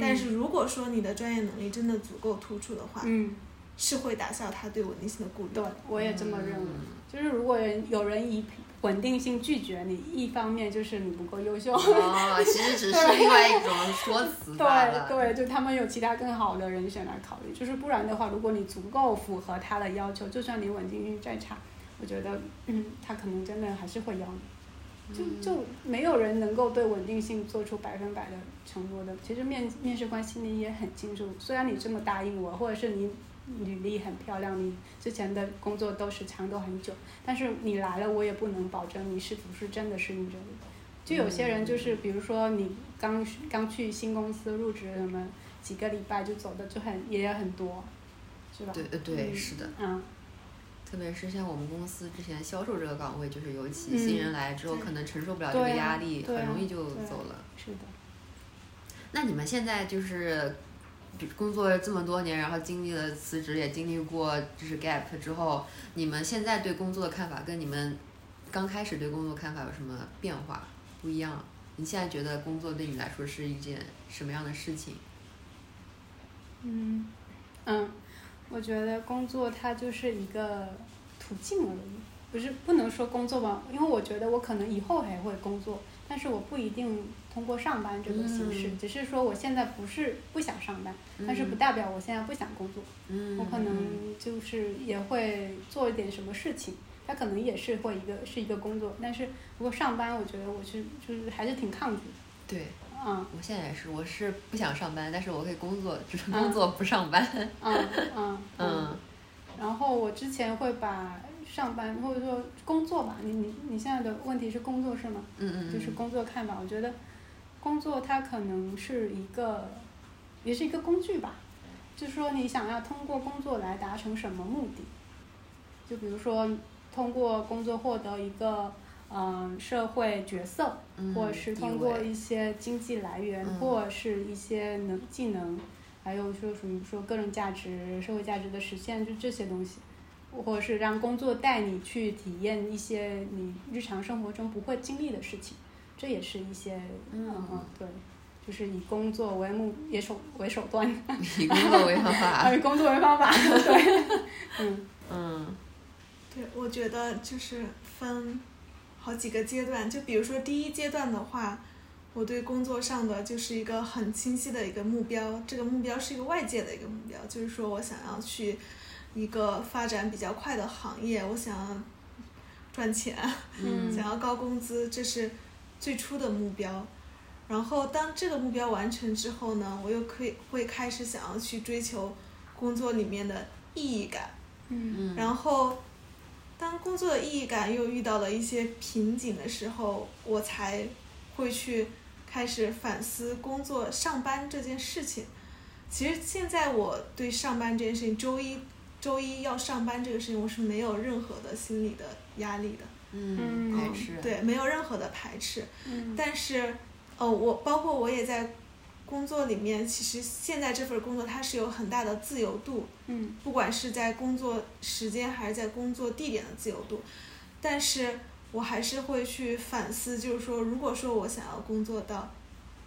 但是如果说你的专业能力真的足够突出的话，
嗯，
是会打消他对稳定性的顾虑。
对，我也这么认为。就是如果人有人以稳定性拒绝你，一方面就是你不够优
[LAUGHS]
秀，
哦，其实只是另外一种说辞罢
对
了。
对，就他们有其他更好的人选来考虑。就是不然的话，如果你足够符合他的要求，就算你稳定性再差，我觉得嗯，他可能真的还是会要你。就就没有人能够对稳定性做出百分百的承诺的。其实面面试官心里也很清楚，虽然你这么答应我，或者是你履历很漂亮，你之前的工作都时长都很久，但是你来了，我也不能保证你是不是真的适应这里。就有些人就是，比如说你刚刚去新公司入职，什么几个礼拜就走的就很也很多，是吧？
对呃对，
嗯
是的，
嗯，
特别是像我们公司之前销售这个岗位，就是尤其新人来之后，
嗯对
可能承受不了这
对
个
啊
压力，
对
很
啊
容易就
对啊
走了。
是的，
那你们现在就是就工作这么多年，然后经历了辞职，也经历过就是 gap 之后，你们现在对工作的看法跟你们刚开始对工作看法有什么变化不一样？你现在觉得工作对你来说是一件什么样的事情？
嗯嗯，我觉得工作它就是一个途径而已，不是不能说工作吧，因为我觉得我可能以后还会工作，但是我不一定通过上班这个形式，
嗯
只是说我现在不是不想上班，但是不代表我现在不想工作，
嗯，
我可能就是也会做一点什么事情。它可能也是会一个是一个工作，但是如果上班，我觉得我是就是还是挺抗拒的，
对
嗯
我现在也是，我是不想上班，但是我可以工作，只是
啊
工作不上班。
嗯嗯
嗯
然后我之前会把上班或者说工作吧，你你你现在的问题是工作是吗？
嗯嗯，嗯
就是工作看法，我觉得工作它可能是一个，也是一个工具吧，就是说你想要通过工作来达成什么目的，就比如说通过工作获得一个嗯、社会角色，
嗯
或者是
地
通过
位
一些经济来源，
嗯
或者是一些能技能，还有说什么说个人价值、社会价值的实现，就这些东西，或者是让工作带你去体验一些你日常生活中不会经历的事情，这也是一些
嗯
对，就是以工作为目也手为手段，
以工作为方法。
[LAUGHS] 还有工作为方法，
[LAUGHS]
对，嗯
嗯
对，我觉得就是分好几个阶段，就比如说第一阶段的话，我对工作上的就是一个很清晰的一个目标，这个目标是一个外界的一个目标，就是说我想要去一个发展比较快的行业，我想要赚钱，
嗯
嗯
想要高工资，这是最初的目标。然后当这个目标完成之后呢，我又可以会开始想要去追求工作里面的意义感。
嗯
嗯，
然后，当工作的意义感又遇到了一些瓶颈的时候，我才会去开始反思工作上班这件事情。其实现在我对上班这件事情，周一周一要上班这个事情，我是没有任何的心理的压力的，
嗯，
嗯
排斥。
对，没有任何的排斥。
嗯
但是，呃，我包括我也在工作里面，其实现在这份工作它是有很大的自由度，
嗯
不管是在工作时间还是在工作地点的自由度，但是我还是会去反思，就是说，如果说我想要工作到，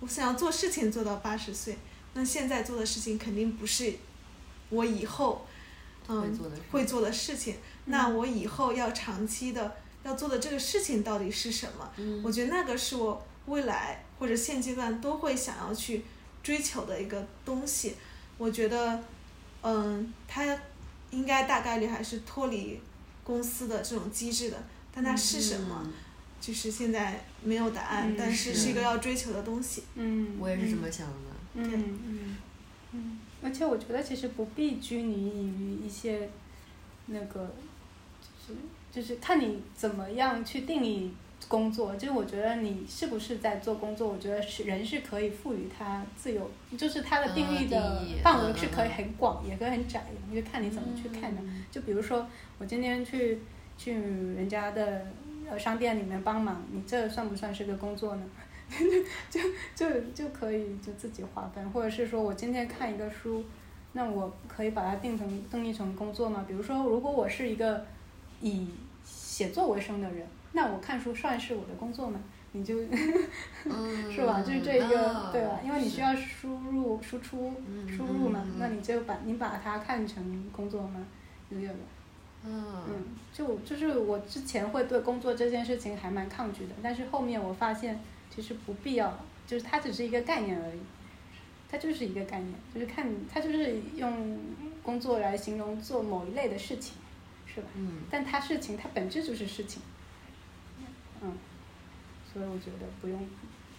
我想要做事情做到八十岁，那现在做的事情肯定不是我以后，
会
嗯，
做的事
会做的事情。那
嗯
我以后要长期的要做的这个事情到底是什么？
嗯
我觉得那个是我未来或者现阶段都会想要去追求的一个东西。我觉得，嗯，它应该大概率还是脱离公司的这种机制的，但它是什么，
嗯
就是现在没有答案，
嗯
但是
是
是一个要追求的东西。
嗯，
我也是这么想的。
对
嗯嗯嗯，而且我觉得其实不必拘泥于一些那个，就是就是看你怎么样去定义工作。就是我觉得你是不是在做工作，我觉得是人是可以赋予它自由，就是它的定义的
嗯定义
范围是可
嗯
以
嗯嗯
很广，也可以很窄的，就看你怎么去看的。
嗯
就比如说我今天去去人家的呃商店里面帮忙，你这算不算是个工作呢？ [LAUGHS] 就就就可以就自己划分，或者是说我今天看一个书，那我可以把它定成定义成工作吗？比如说，如果我是一个以写作为生的人，那我看书算是我的工作吗？你就
嗯
[LAUGHS] 是吧，就是这一个
啊
对吧？因为你
是
需要输入输出
嗯
输入嘛
嗯嗯，
那你就把你把它看成工作吗？有点
嗯
嗯，就就是我之前会对工作这件事情还蛮抗拒的，但是后面我发现其实不必要，就是它只是一个概念而已，它就是一个概念，就是看它就是用工作来形容做某一类的事情，是吧？
嗯
但它事情它本质就是事情，嗯，所以我觉得不用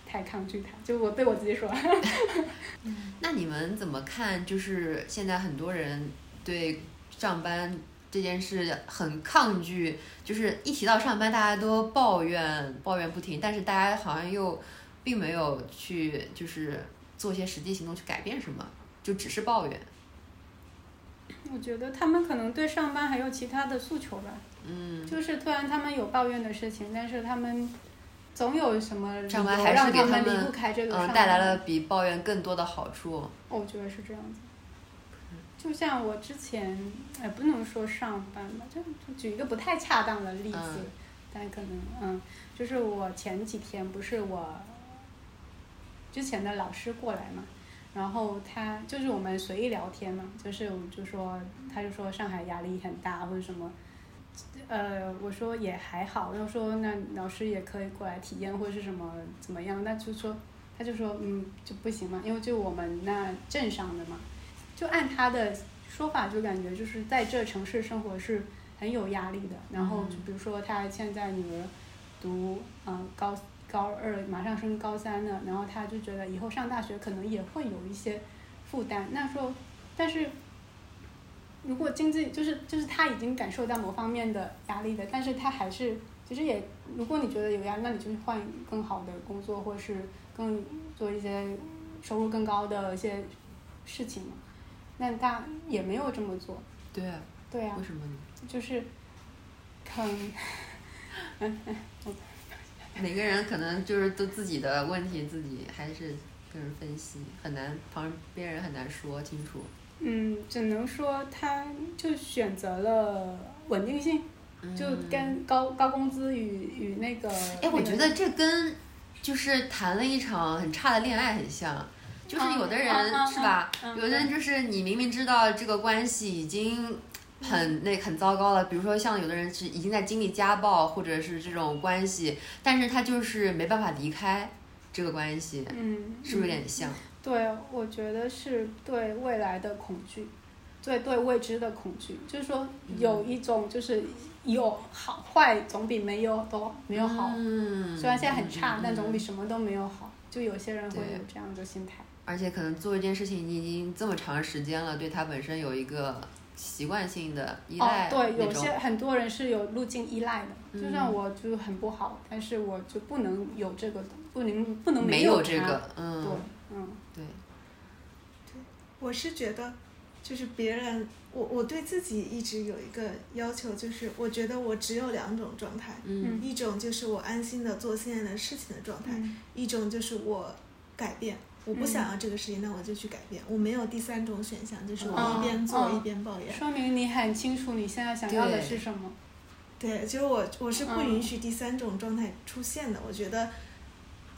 太抗拒它，就我对我自己说，
那你们怎么看？就是现在很多人对上班这件事很抗拒，就是一提到上班，大家都抱怨抱怨不停，但是大家好像又并没有去就是做一些实际行动去改变什么，就只是抱怨。
我觉得他们可能对上班还有其他的诉求吧。
嗯，
就是虽然他们有抱怨的事情，但是他们总有什么理由
上班还
让
是给
他
他
们
们
离不开这个上
嗯，
班。
带来了比抱怨更多的好处。
哦我觉得是这样子。就像我之前，哎，不能说上班吧，就就举一个不太恰当的例子，
嗯
但可能嗯，就是我前几天不是我之前的老师过来嘛，然后他就是我们随意聊天嘛，就是我就说他就说上海压力很大或者什么。呃，我说也还好，然后说那老师也可以过来体验或者是什么怎么样，那就说他就说嗯就不行嘛，因为就我们那镇上的嘛，就按他的说法就感觉就是在这城市生活是很有压力的。然后就比如说他现在女儿读嗯、呃高高二，马上升高三了，然后他就觉得以后上大学可能也会有一些负担。那时候，但是。如果经济就是就是他已经感受到某方面的压力的，但是他还是其实也，如果你觉得有压力，那你就去换更好的工作，或是更做一些收入更高的一些事情嘛。那他也没有这么做，
对，
对啊
为，什么呢？
就是很
每个人可能就是都自己的问题，自己还是跟人分析，很难旁边人很难说清楚。
嗯，只能说他就选择了稳定性，就跟高高工资与与那个
嗯哎，我
那个
觉得这跟就是谈了一场很差的恋爱很像，就是有的人、
嗯嗯嗯
是吧？
嗯
有的人就是你明明知道这个关系已经很那很糟糕了，比如说像有的人是已经在经历家暴或者是这种关系，但是他就是没办法离开这个关系，
嗯，
是不是有点像？
对，我觉得是对未来的恐惧，对对未知的恐惧，就是说
嗯
有一种就是有好坏总比没有都没有好，
嗯，
虽然现在很差，
嗯
但总
嗯
比什么都没有好。就有些人会
对
有这样的心态，哦
而且可能做一件事情，你已经这么长时间了，对它本身有一个习惯性的依
哦
赖，那
对，
种。
有些很多人是有路径依赖的，就像
嗯
我就很不好，但是我就不能有这个，不能不能
没
有
这
它，
个，
对
嗯，，
嗯，
对，
我是觉得，就是别人，我我对自己一直有一个要求，就是我觉得我只有两种状态，
嗯
一种就是我安心的做现在的事情的状态，
嗯
一种就是我改变，我不想要这个事情，那我就去改变，我没有第三种选项，就是我一边做
哦
一边抱怨。
说明你很清楚你现在想要的
对
是什么，
对，就是我我是不
哦
允许第三种状态出现的。我觉得，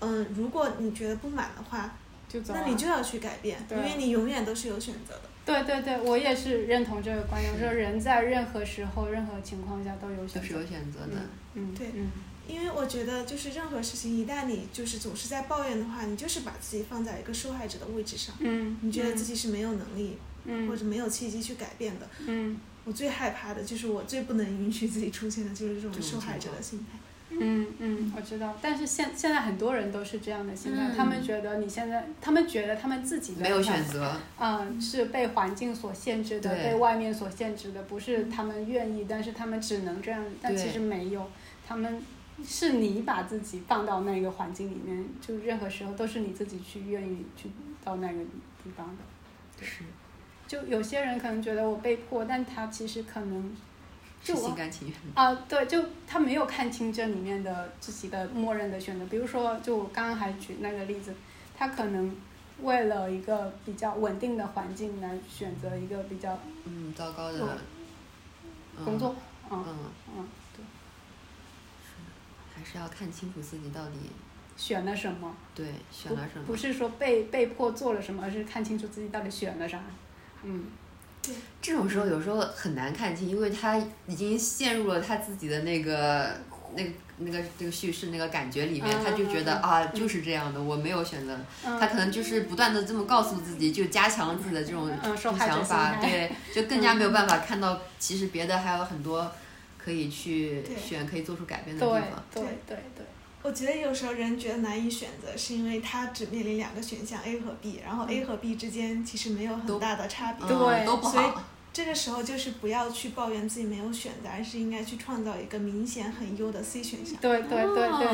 嗯，如果你觉得不满的话，
就走、啊。
那你就要去改变，因
对
为你永远都是有选择的。
对对对，我也是认同这个观点。我
是
说人在任何时候、任何情况下都有
就
选
是
择。
有选择的，
嗯，
对
嗯，
因为我觉得，就是任何事情，一旦你就是总是在抱怨的话，你就是把自己放在一个受害者的位置上，
嗯，
你觉得自己是没有能力
嗯
或者没有契机去改变的。
嗯
我最害怕的就是我最不能允许自己出现的就是这种受害者的心态。
嗯嗯，我知道。但是现现在很多人都是这样的心态，
嗯
他们觉得你现在，他们觉得他们自己的
没有选，择，
嗯，是被环境所限制的，
对
被外面所限制的，不是他们愿意，但是他们只能这样，但
对
其实没有，他们。是你把自己放到那个环境里面，就任何时候都是你自己去愿意去到那个地方的。
是
就有些人可能觉得我被迫，但他其实可能
是
就我
心甘情愿的，
啊、对，就他没有看清这里面的自己的默认的选择。比如说，就我刚刚还举那个例子，他可能为了一个比较稳定的环境来选择一个比较
嗯，糟糕的
我工，作，
嗯
嗯
嗯，
嗯，对，
还是要看清楚自己到底
选了什么，
对选了什
不不
么。
是说被被迫做了什么，而是看清楚自己到底选了啥。嗯，
这种时候有时候很难看清，因为他已经陷入了他自己的那个那个那个这个叙事那个感觉里面，
嗯
他就觉得
嗯嗯嗯
啊就是这样的，我没有选择，他可能就是不断的这么告诉自己，就加强自己的这种
嗯
这
受
种
害者
想法，
心嗯
对，就更加没有办法看到，其实别的还有很多可以去
对
选、可以做出改变
对
的地方。
对
对
对对，
我觉得有时候人觉得难以选择，是因为他只面临两个选项 A 和 B，然后 A 和 B 之间其实没有很大的差别。
嗯
对
都不
所以
好。
这个时候就是不要去抱怨自己没有选择，而是应该去创造一个明显很优的 C 选项。
对对对对对对，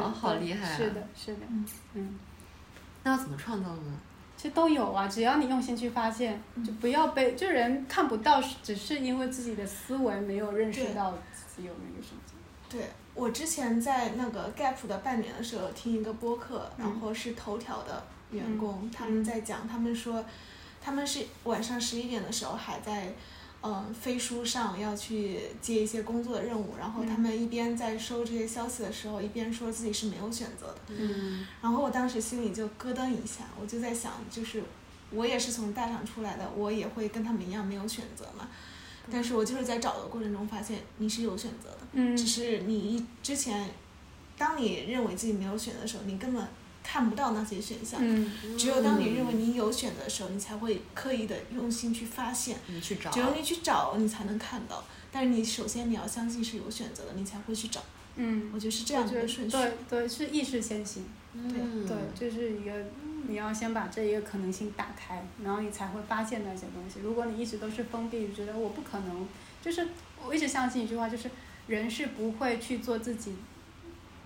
哦好厉害啊
是的，是的，嗯。
那要怎么创造呢？
其实都有啊，只要你用心去发现，
嗯
就不要被就人看不到，只是因为自己的思维没有认识到自己有那个什么。
对我之前在那个 Gap 的半年的时候听一个播客，
嗯
然后是头条的员工，
嗯
他们在讲，他们说他们是晚上十一点的时候还在。嗯，飞书上要去接一些工作的任务，然后
嗯
他们一边在收这些消息的时候，一边说自己是没有选择的。
嗯
然后我当时心里就咯噔一下，我就在想，就是我也是从大厂出来的，我也会跟他们一样没有选择嘛。但是我就是在找的过程中发现你是有选择的，
嗯
只是你一之前，当你认为自己没有选择的时候，你根本看不到那些选项。
嗯
只有当你认
嗯
为你有选择的时候，你才会刻意的用心去发现，
你去找
只有你去找，你才能看到。但是你首先你要相信是有选择的，你才会去找。
嗯，
我觉得是这
我
样
觉
的
得
一个顺序。
对对是意识先行，
嗯
对，就是一个你要先把这一个可能性打开，然后你才会发现那些东西。如果你一直都是封闭，觉得我不可能，就是我一直相信一句话，就是人是不会去做自己。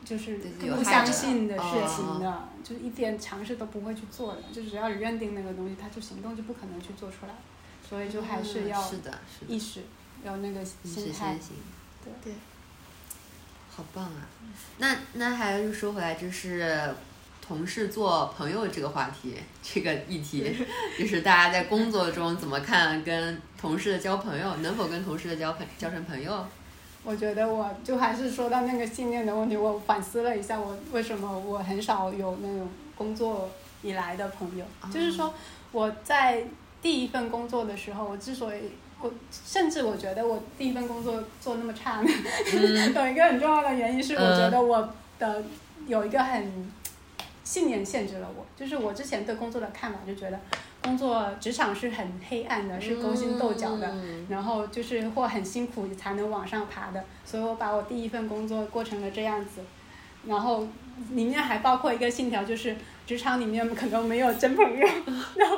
就是
自己有
不
害
相
的
信的事情
哦
的，就是一点尝试都不会去做的。就只要你认定那个东西，他就行动就不可能去做出来，所以就还是要
嗯是的，是的，
意识，要那个
意识
心态
先。行。
对
对
好棒啊！那那还是说回来，就是同事做朋友这个话题，这个议题， [LAUGHS] 就是大家在工作中怎么看跟同事的交朋友，能否跟同事的交朋交成朋
[LAUGHS]
友？
我觉得我就还是说到那个信念的问题，我反思了一下，我为什么我很少有那种工作以来的朋友，就是说我在第一份工作的时候，我之所以我甚至我觉得我第一份工作做那么差呢，
嗯
[LAUGHS] 有一个很重要的原因是我觉得我的有一个很信念限制了我，就是我之前对工作的看法就觉得工作职场是很黑暗的，是勾心斗角的，
嗯
然后就是或很辛苦才能往上爬的，所以我把我第一份工作过成了这样子，然后里面还包括一个信条，就是职场里面可能没有真
[LAUGHS]
朋友。然后，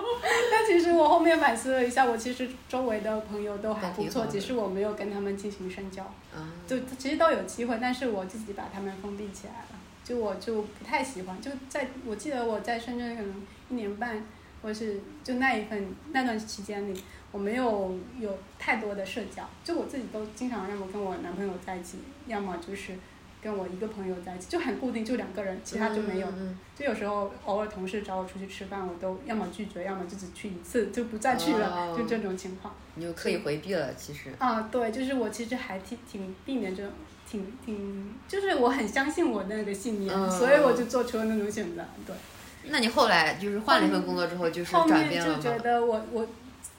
但其实我后面反思了一下，我其实周围的朋友都还不
都挺
错，
好的
只是我没有跟他们进行深交，
啊，
就其实都有机会，但是我自己把他们封闭起来了，就我就不太喜欢，就在我记得我在深圳可能一年半。或是就那一份那段期间里，我没有有太多的社交，就我自己都经常让我跟我男朋友在一起，要么就是跟我一个朋友在一起，就很固定，就两个人，其他就没有。
嗯
就有时候偶尔同事找我出去吃饭，我都要么拒绝，要么就只去一次，就不再去了，
哦
就这种情况。
你就刻意回避了，其实。
啊，对，就是我其实还挺挺避免这种，挺挺，就是我很相信我那个信念，
嗯
所以我就做出了那种选择。对，
那你后来就是换了一份工作之后，就是
后
转
面
变
就
了
觉
吗？
得我我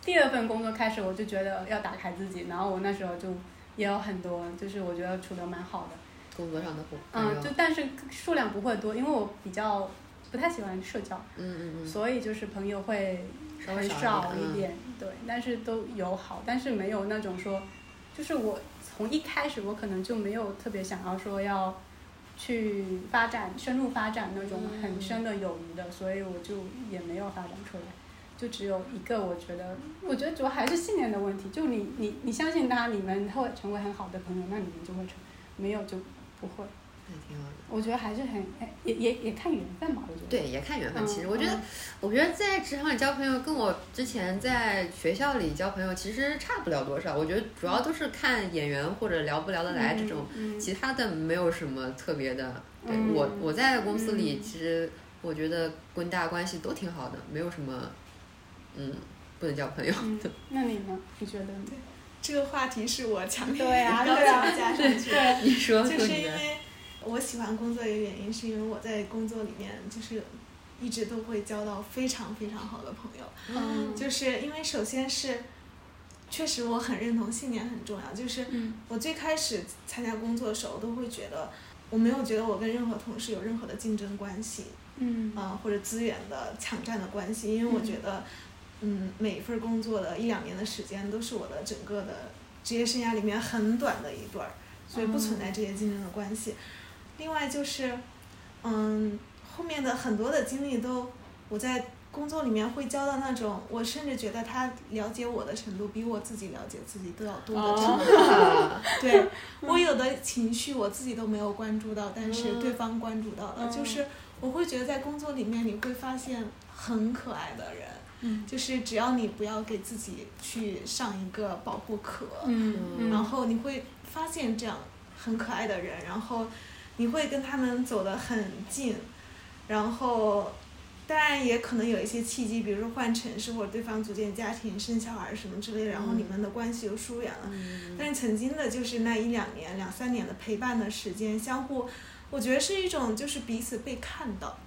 第二份工作开始，我就觉得要打开自己，然后我那时候就也有很多，就是我觉得处的蛮好的。
工作上的朋友
嗯，，就但是数量不会多，因为我比较不太喜欢社交，
嗯嗯
所以就是朋友会
嗯，稍微
很少
一
一
点。
点，对，但是都有好，但是没有那种说，就是我从一开始我可能就没有特别想要说要去发展深入发展那种
嗯
很深的友谊的，所以我就也没有发展出来。就只有一个，我觉得，我觉得主要还是信念的问题。就你，你，你相信他，你们会成为很好的朋友，那你们就会成；没有就不会。
嗯，还挺好的。
我觉得还是很，哎也也也看缘分吧。我觉得。
对，也看缘分。
嗯
其实我觉得
嗯，
我觉得在职场里交朋友，跟我之前在学校里交朋友其实差不了多少。我觉得主要都是看眼缘或者聊不聊得来这种，
嗯，
其他的没有什么特别的。对
嗯
我我在公司里，
嗯
其实我觉得跟大家关系都挺好的，没有什么，嗯，不能交朋友。 [LAUGHS]
嗯嗯那你呢？你觉得呢？
这个话题是我强烈
对啊
要
对啊
加上去，
对，
你说
就
说
是
你
因
的，
为我喜欢工作的原因，是因为我在工作里面就是一直都会交到非常非常好的朋友，
嗯
就是因为首先是。确实，我很认同信念很重要。就是
嗯
我最开始参加工作的时候，我都会觉得我没有觉得我跟任何同事有任何的竞争关系，
嗯
啊、或者资源的抢占的关系，因为我觉得，嗯，每一份工作的一两年的时间都是我的整个的职业生涯里面很短的一段儿，所以不存在这些竞争的关系。另外就是，嗯，后面的很多的经历都我在工作里面会交到那种，我甚至觉得他了解我的程度比我自己了解自己都要多的
哦
程度。对我有的情绪我自己都没有关注到，但是对方关注到了，就是我会觉得在工作里面你会发现很可爱的人。
嗯
就是只要你不要给自己去上一个保护壳，
嗯，
然后你会发现这样很可爱的人，然后你会跟他们走得很近，然后当然也可能有一些契机，比如说换城市或者对方组建家庭、生小孩什么之类的，然后你们的关系又疏远了。
嗯
[LAUGHS] 但是曾经的就是那一两年、两三年的陪伴的时间，相互，我觉得是一种就是彼此被看到。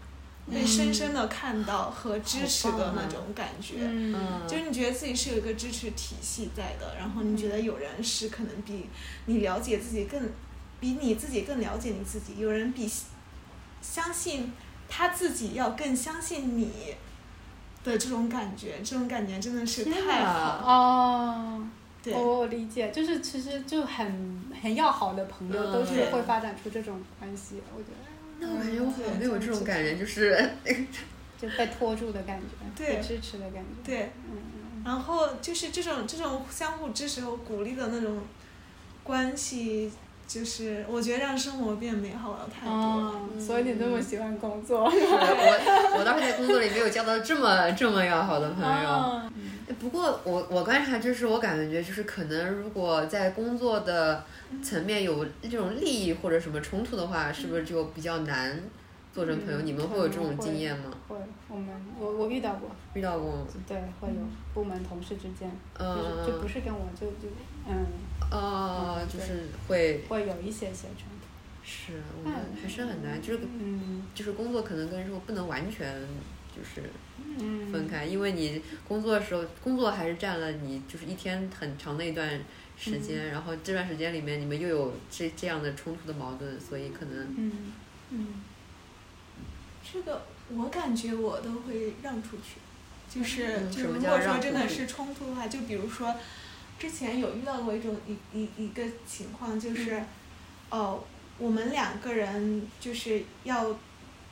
被深深的看到和支持的那种感觉，
嗯，
就是你觉得自己是有一个支持体系在的，然后你觉得有人是可能比你了解自己更，比你自己更了解你自己，有人比相信他自己要更相信你的这种感觉，这种感觉真的是
嗯
太好，
哦，
对，
我我理解，就是其实就很很要好的朋友
嗯
都是会发展出这种关系，我觉得
那我感觉我好像没有这种感觉，就是
就被拖住的感觉，
对
被支持的感觉，
对。
嗯，
然后就是这种这种相互支持和鼓励的那种关系，就是我觉得让生活变美好了太多了。
哦，所以你那么喜欢工作，
我我倒是在工作里没有交到这么 [LAUGHS] 这么要好的朋友。
[LAUGHS] 哦
不过我我观察就是我感觉就是可能如果在工作的层面有这种利益或者什么冲突的话，是不是就比较难做成朋友？
嗯
你们会有这种经验吗？
会，我们我我遇到过，
遇到过吗？
对，会有
嗯
部门同事之间，就是就
嗯
不是跟我就就嗯，
哦，就
对
是会
会有一些些冲突，
是，我们还是很难，就是
嗯
就是工作可能跟生活不能完全就是
嗯，
分开，因为你工作的时候，工作还是占了你就是一天很长的一段
嗯
时间，然后这段时间里面你们又有这这样的冲突的矛盾，所以可能
嗯
嗯，这个我感觉我都会让出去，就是
嗯
就
什
是
么
如
叫
果
让
说
出
真的
去
是冲突的话，就比如说之前有遇到过一种一一一个情况，
嗯
就是哦，我们两个人就是要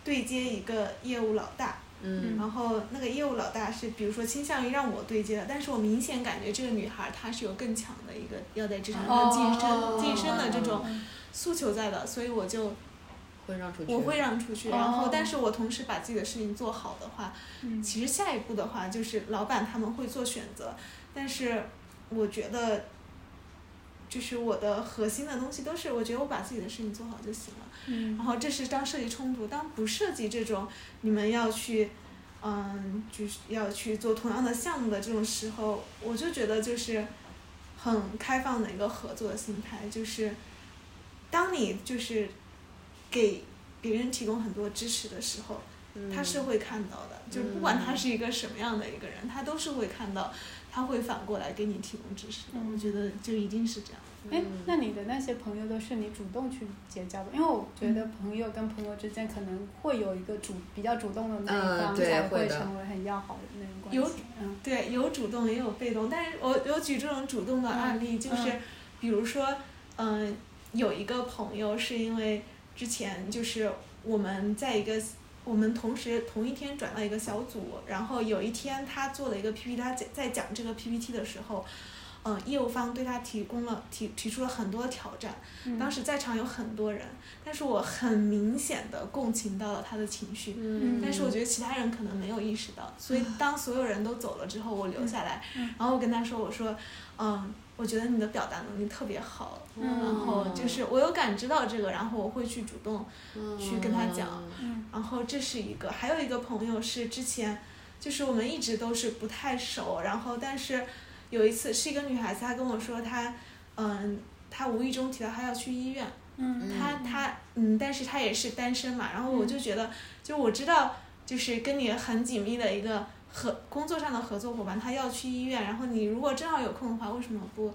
对接一个业务老大，
嗯
然后那个业务老大是，比如说倾向于让我对接的，但是我明显感觉这个女孩儿她是有更强的一个要在职场上晋升、
哦
晋升的这种
嗯
诉求在的，所以我就
会让出去。
我会让出去，
哦
然后但是我同时把自己的事情做好的话，
嗯
其实下一步的话就是老板他们会做选择，但是我觉得。就是我的核心的东西都是，我觉得我把自己的事情做好就行了。
嗯
然后这是当涉及冲突，当不涉及这种你们要去，嗯，就是要去做同样的项目的这种时候，我就觉得就是很开放的一个合作的心态，就是当你就是给别人提供很多支持的时候，
嗯
他是会看到的，就不管他是一个什么样的一个人，他都是会看到，他会反过来给你提供支持的。
嗯
我觉得就一定是这样。
哎，那你的那些朋友都是你主动去结交的，因为我觉得朋友跟朋友之间可能会有一个主比较主动的那
嗯
一方
对
才
会
会
的
成为很要好的那种关
有
系。嗯
对，有主动也有被动，但是我我举这种主动的案例，就是
嗯
比如说，嗯、有一个朋友是因为之前就是我们在一个我们同时同一天转到一个小组，然后有一天他做了一个 PPT，他在在讲这个 PPT 的时候。嗯，业务方对他提供了提提出了很多挑战，
嗯
当时在场有很多人，但是我很明显的共情到了他的情绪，
嗯，
但是我觉得其他人可能没有意识到，所以当所有人都走了之后，我留下来，然后我跟他说，我说，嗯，我觉得你的表达能力特别好，
嗯
然后就是我有感知到这个，然后我会去主动，去跟他讲
嗯
然后这是一个，还有一个朋友是之前，就是我们一直都是不太熟，然后但是有一次是一个女孩子，她跟我说她，嗯，她无意中提到她要去医院。
嗯
他他嗯，但是他也是单身嘛，然后我就觉得，就我知道，就是跟你很紧密的一个合工作上的合作伙伴，他要去医院，然后你如果正好有空的话，为什么不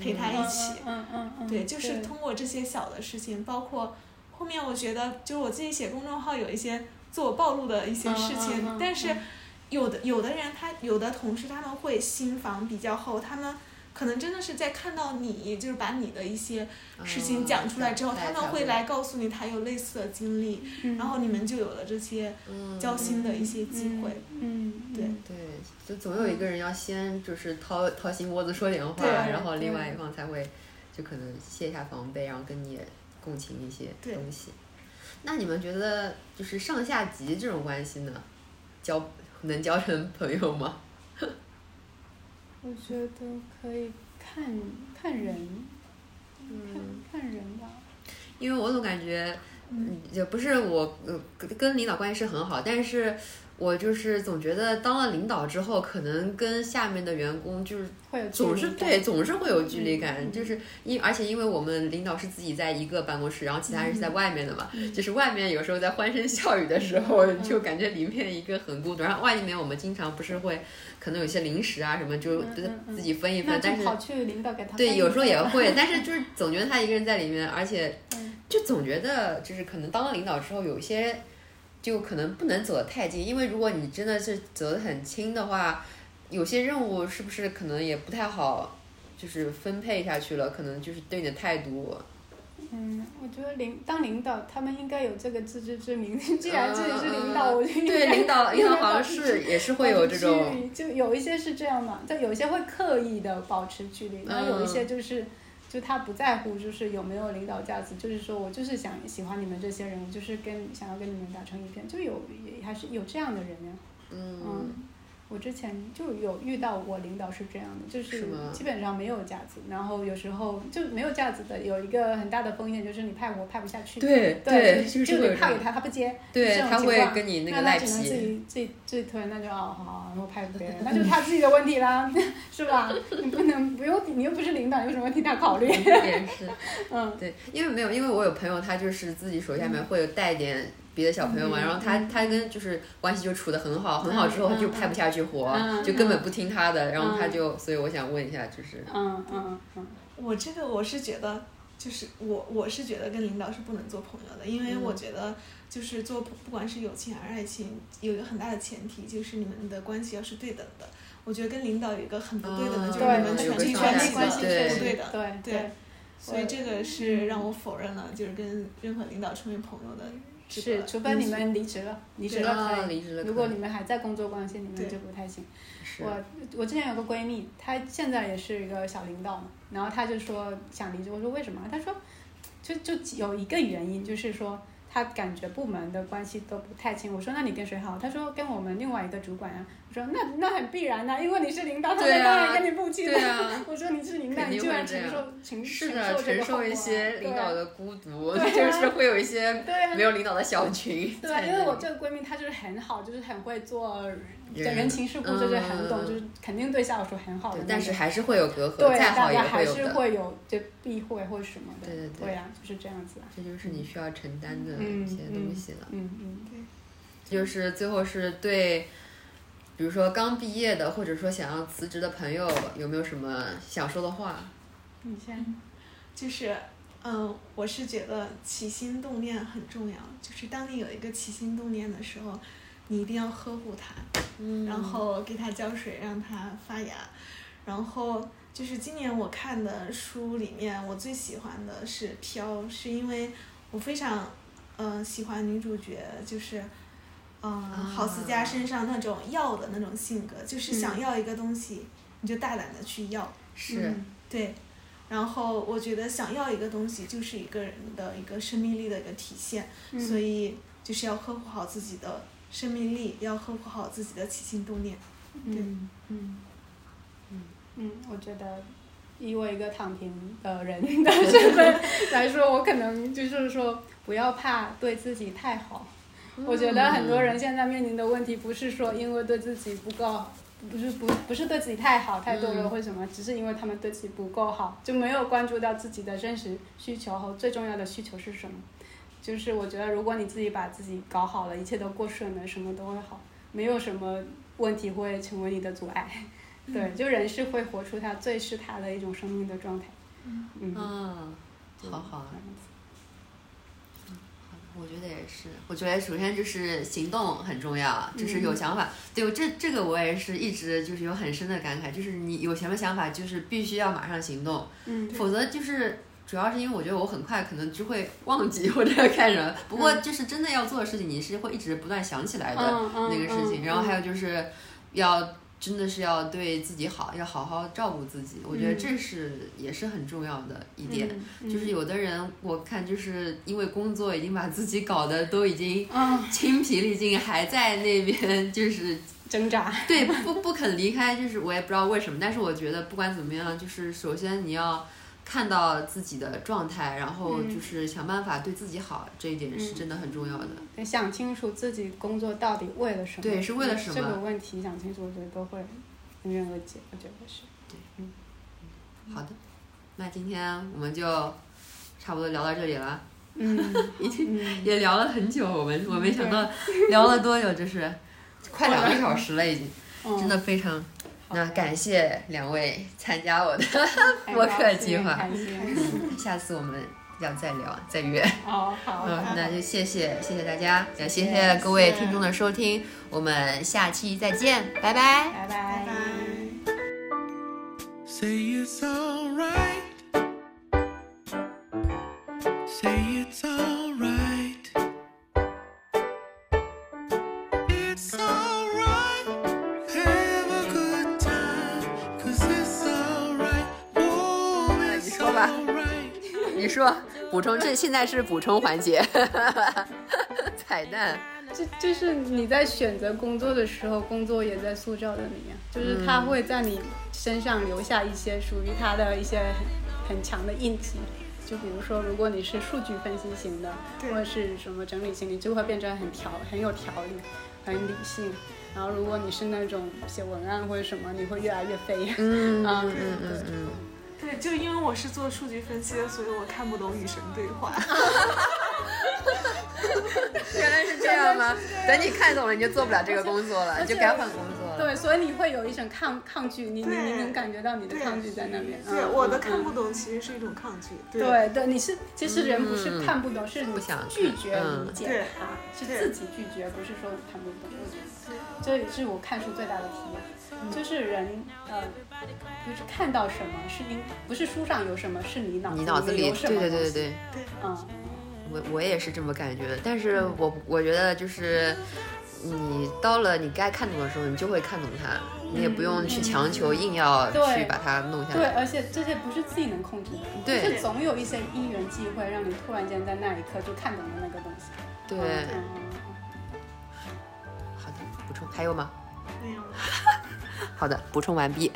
陪他一起？
嗯嗯嗯，
对，就是通过这些小的事情，包括后面我觉得，就是我自己写公众号有一些自我暴露的一些事情，
嗯嗯嗯
但是有的有的人他有的同事他们会心房比较厚，他们可能真的是在看到你，就是把你的一些事情讲出来之后，
嗯
他们会来告诉你他有类似的经历，
嗯
然后你们就有了这些
嗯，
交心的一些机会。
嗯，
对
对，就总有一个人要先就是掏掏心窝子说点话，
对
然后另
对
外一方才会就可能卸下防备，然后跟你也共情一些
对
东西。那你们觉得就是上下级这种关系呢，交能交成朋友吗？
我觉得可以看看人，看
嗯
看人吧。
因为我总感觉，
嗯
嗯，也不是我呃跟领导关系是很好，但是我就是总觉得当了领导之后，可能跟下面的员工就是
会有距
总
离
是
感
对，总是会有距离感，
嗯嗯
就是因而且因为我们领导是自己在一个办公室，然后其他人是在外面的嘛，
嗯
就是外面有时候在欢声笑语的时候，
嗯
[LAUGHS] 就感觉里面一个很孤独，然后外面我们经常不是会可能有些零食啊什么，就
嗯嗯嗯
自己分一分，
那
但
就是跑去领导给他
对
分
有
一
时候
份
也
[LAUGHS]
会，但是就是总觉得他一个人在里面，而且
嗯
就总觉得就是可能当了领导之后，有一些就可能不能走得太近，因为如果你真的是走得很轻的话，有些任务是不是可能也不太好，就是分配下去了，可能就是对你的态
[LAUGHS]
度，
嗯，我觉得领当领导，他们应该有这个自知之明。 [LAUGHS] 既然自己是领导，
嗯
我就应该
对
[LAUGHS]
领导领导好像
应该保
是
持
也是会有这种，
距离，就有一些是这样嘛，但有一些会刻意的保持距离，然后有一
嗯
些就是。就他不在乎，就是有没有领导价值，就是说我就是想喜欢你们这些人，我就是跟想要跟你们打成一片，就有也还是有这样的人呀、
嗯
我之前就有遇到过领导是这样的，就是是
吗
基本上没有价值，然后有时候就没有价值的，有一个很大的风险就是你派我派不下去，
对
对，
就是
就
会有
你
这
派给
种，
他，他不接，
对
这种
他
情
会
况
跟你那
那
个赖
他只能自
皮，
己自己自己推，那就哦好好，那我派给别人，
[LAUGHS]
那就是他自己的问题啦， [LAUGHS] 是吧？你不能不用，你又不是领导，有什么问题他考虑？
也是。
嗯，
对，因为没有，因为我有朋友，他就是自己手下面会有带点别的小朋友嘛，
嗯
然后他他跟就是关系就处的很好，很好之后
嗯
他就拍不下去活，
嗯
就根本不听他的，然后他
嗯
就，所以我想问一下，就是
[LAUGHS] 嗯嗯嗯，
我这个我是觉得，就是我我是觉得跟领导是不能做朋友的，因为
嗯
我觉得就是做不不管是友情还是爱情，有一个很大的前提就是你们的关系要是对等的。我觉得跟领导有一个很不对等的，
啊
就是你们
对有
权力
个
关
上
系
下关系
的是不
对
的。
对
对，所以
我
这个是让我否认了，就是跟任何领导成为朋友的这个因
是，
素。
除非你们离职了，离职了可
啊，
以。
离职了可以，
如果你们还在工作关系，你
对
们就不太行。
是
我我之前有个闺蜜，她现在也是一个小领导嘛，然后她就说想离职，我说为什么？她说就就有一个原因，就是说她感觉部门的关系都不太清。我说那你跟谁好？她说跟我们另外一个主管啊。我说那那很必然呐、因为你是领导，他
对
们
啊
当然跟你不亲
对
了。 [LAUGHS]
啊，
我说你是领导，
肯
你
定
就
会
要
这
承
样
受承
是的，
承
承
受这个后
受
果啊
一些领导
对啊
的孤独，
对
就
啊
是会有一些
对啊
没有领导的小群
对吧？
在
啊
那里，
因为我这个闺蜜她就是很好，就是很会做
人
人情世故，就是很懂，
嗯
就是肯定对下属很好
对
的。
但是还是会有隔阂，
对，
再好
大
也
家还
会有
是
的，
会有就避讳或什么的。
对对对
对呀，就是这样子啊。
这就是你需要承担的
嗯
一些东
嗯
西了。
嗯嗯
就是最后是对，比如说刚毕业的，或者说想要辞职的朋友，有没有什么想说的话？
你先。
就是，嗯，我是觉得起心动念很重要。就是当你有一个起心动念的时候，你一定要呵护它，
嗯
然后给它浇水，让它发芽。然后就是今年我看的书里面，我最喜欢的是《飘》，是因为我非常，嗯、喜欢女主角，就是。嗯，郝思嘉身上那种要的那种性格，就是想要一个东西，你就大胆的去要，
是，
嗯
对，然后我觉得想要一个东西，就是一个人的一个生命力的一个体现，
嗯
所以就是要呵护好自己的生命力，要呵护好自己的起心动念。
嗯嗯
嗯
嗯，我觉得以我一个躺平的人 [LAUGHS] 的身份来说，我可能就是说不要怕对自己太好。嗯我觉
嗯
得很多人现在面临的问题，不是说因为对自己不够，不是不不是对自己太好太多了
嗯
或什么，只是因为他们对自己不够好，就没有关注到自己的真实需求和最重要的需求是什么。就是我觉得，如果你自己把自己搞好了，一切都过顺了，什么都会好，没有什么问题会成为你的阻碍。对，就人是会活出他最是他的一种生命的状态。嗯，
嗯，好好啊，
这样子
好的我觉得也是，我觉得首先就是行动很重要，啊就是有想法。对，这这个我也是一直就是有很深的感慨，就是你有什么想法，就是必须要马上行动，
嗯，
否则就是主要是因为我觉得我很快可能就会忘记或者干什么。不过就是真的要做的事情，你是会一直不断想起来的
嗯嗯
那个事情。
嗯
然后还有就是要。真的是要对自己好，要好好照顾自己，我觉得
嗯
这是也是很重要的一点。
嗯
就是有的人，我看就是因为工作已经把自己搞得都已经
嗯
精疲力尽，还在那边就是
挣扎，
对不不肯离开，就是我也不知道为什么。但是我觉得不管怎么样，就是首先你要看到自己的状态，然后
嗯
就是想办法对自己好，这一点是真的很重要的。
得想清楚自己工作到底为了什么。嗯
对是为了什么
这个问题想清楚，我觉得都会迎刃而解。我觉得是。
好的，那今天我们就差不多聊到这里了，
嗯，
已经 [LAUGHS]
嗯
也聊了很久，我们我没想到聊了多久，这是快两个小时了已经。
嗯
真
哦
的非常。
好
那感谢两位参加我的，
嗯
播客计划
开心开心
下次我们要再聊再约。
哦，好，
嗯，那就谢谢谢谢大家，也谢
谢
谢
谢
各位听众的收听，我们下期再见，拜拜。
[LAUGHS] 拜拜
拜拜。
Say it's alright. Say it's alright. It's alright. Have a good time. Cause it's alright. Oh, it's
你说吧。
alright.
你说补充，这现在是补充环节， [LAUGHS] 彩蛋。
这就是你在选择工作的时候，工作也在塑造着你啊，就是
嗯
它会在你身上留下一些属于它的一些很很强的印记。就比如说，如果你是数据分析型的，
对
或者是什么整理型，你就会变成很条很有条理、很理性。然后，如果你是那种写文案或者什么，你会越来越飞。
嗯
嗯
嗯嗯嗯，
对，就因为我是做数据分析的，所以我看不懂与神对话。
啊
原来是这样吗？等你看懂了，你就做不了这个工作
[LAUGHS]
了，你就该换工作了。
对，所以你会有一种抗抗拒，你你你
对
能感觉到你的
[LAUGHS] 对
抗拒在那边。
对，
嗯
我的
嗯
看
嗯
不懂其实是一种抗拒。
对对，你是其实人不是看不懂，是
不
你
想
拒
看
绝
嗯
理
对
解它，是
对
自己拒绝，不是说看不懂。我觉得这也是我看书最大的体验，就是人呃，就是看到什么是你不是书上有什么，是你脑
你脑子里，
有
对
什么
对对对
东西
对。
嗯，
我我也是这么感觉的，但是我我觉得就是你到了你该看懂的时候，你就会看懂它，你也不用去强求硬要
嗯对
去把它弄下
嗯对，
来。
而且这些不是自己能控制的，
对
就是总有一些因缘际会，让你突然间在那一刻就看懂了那个东西。
对，
嗯嗯嗯
好的，补充还有吗？
没有。
好的，补充完毕。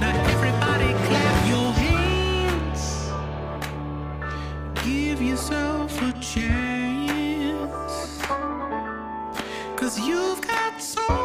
Now everybody clap your hands. Give yourself a chance. Cause you've got so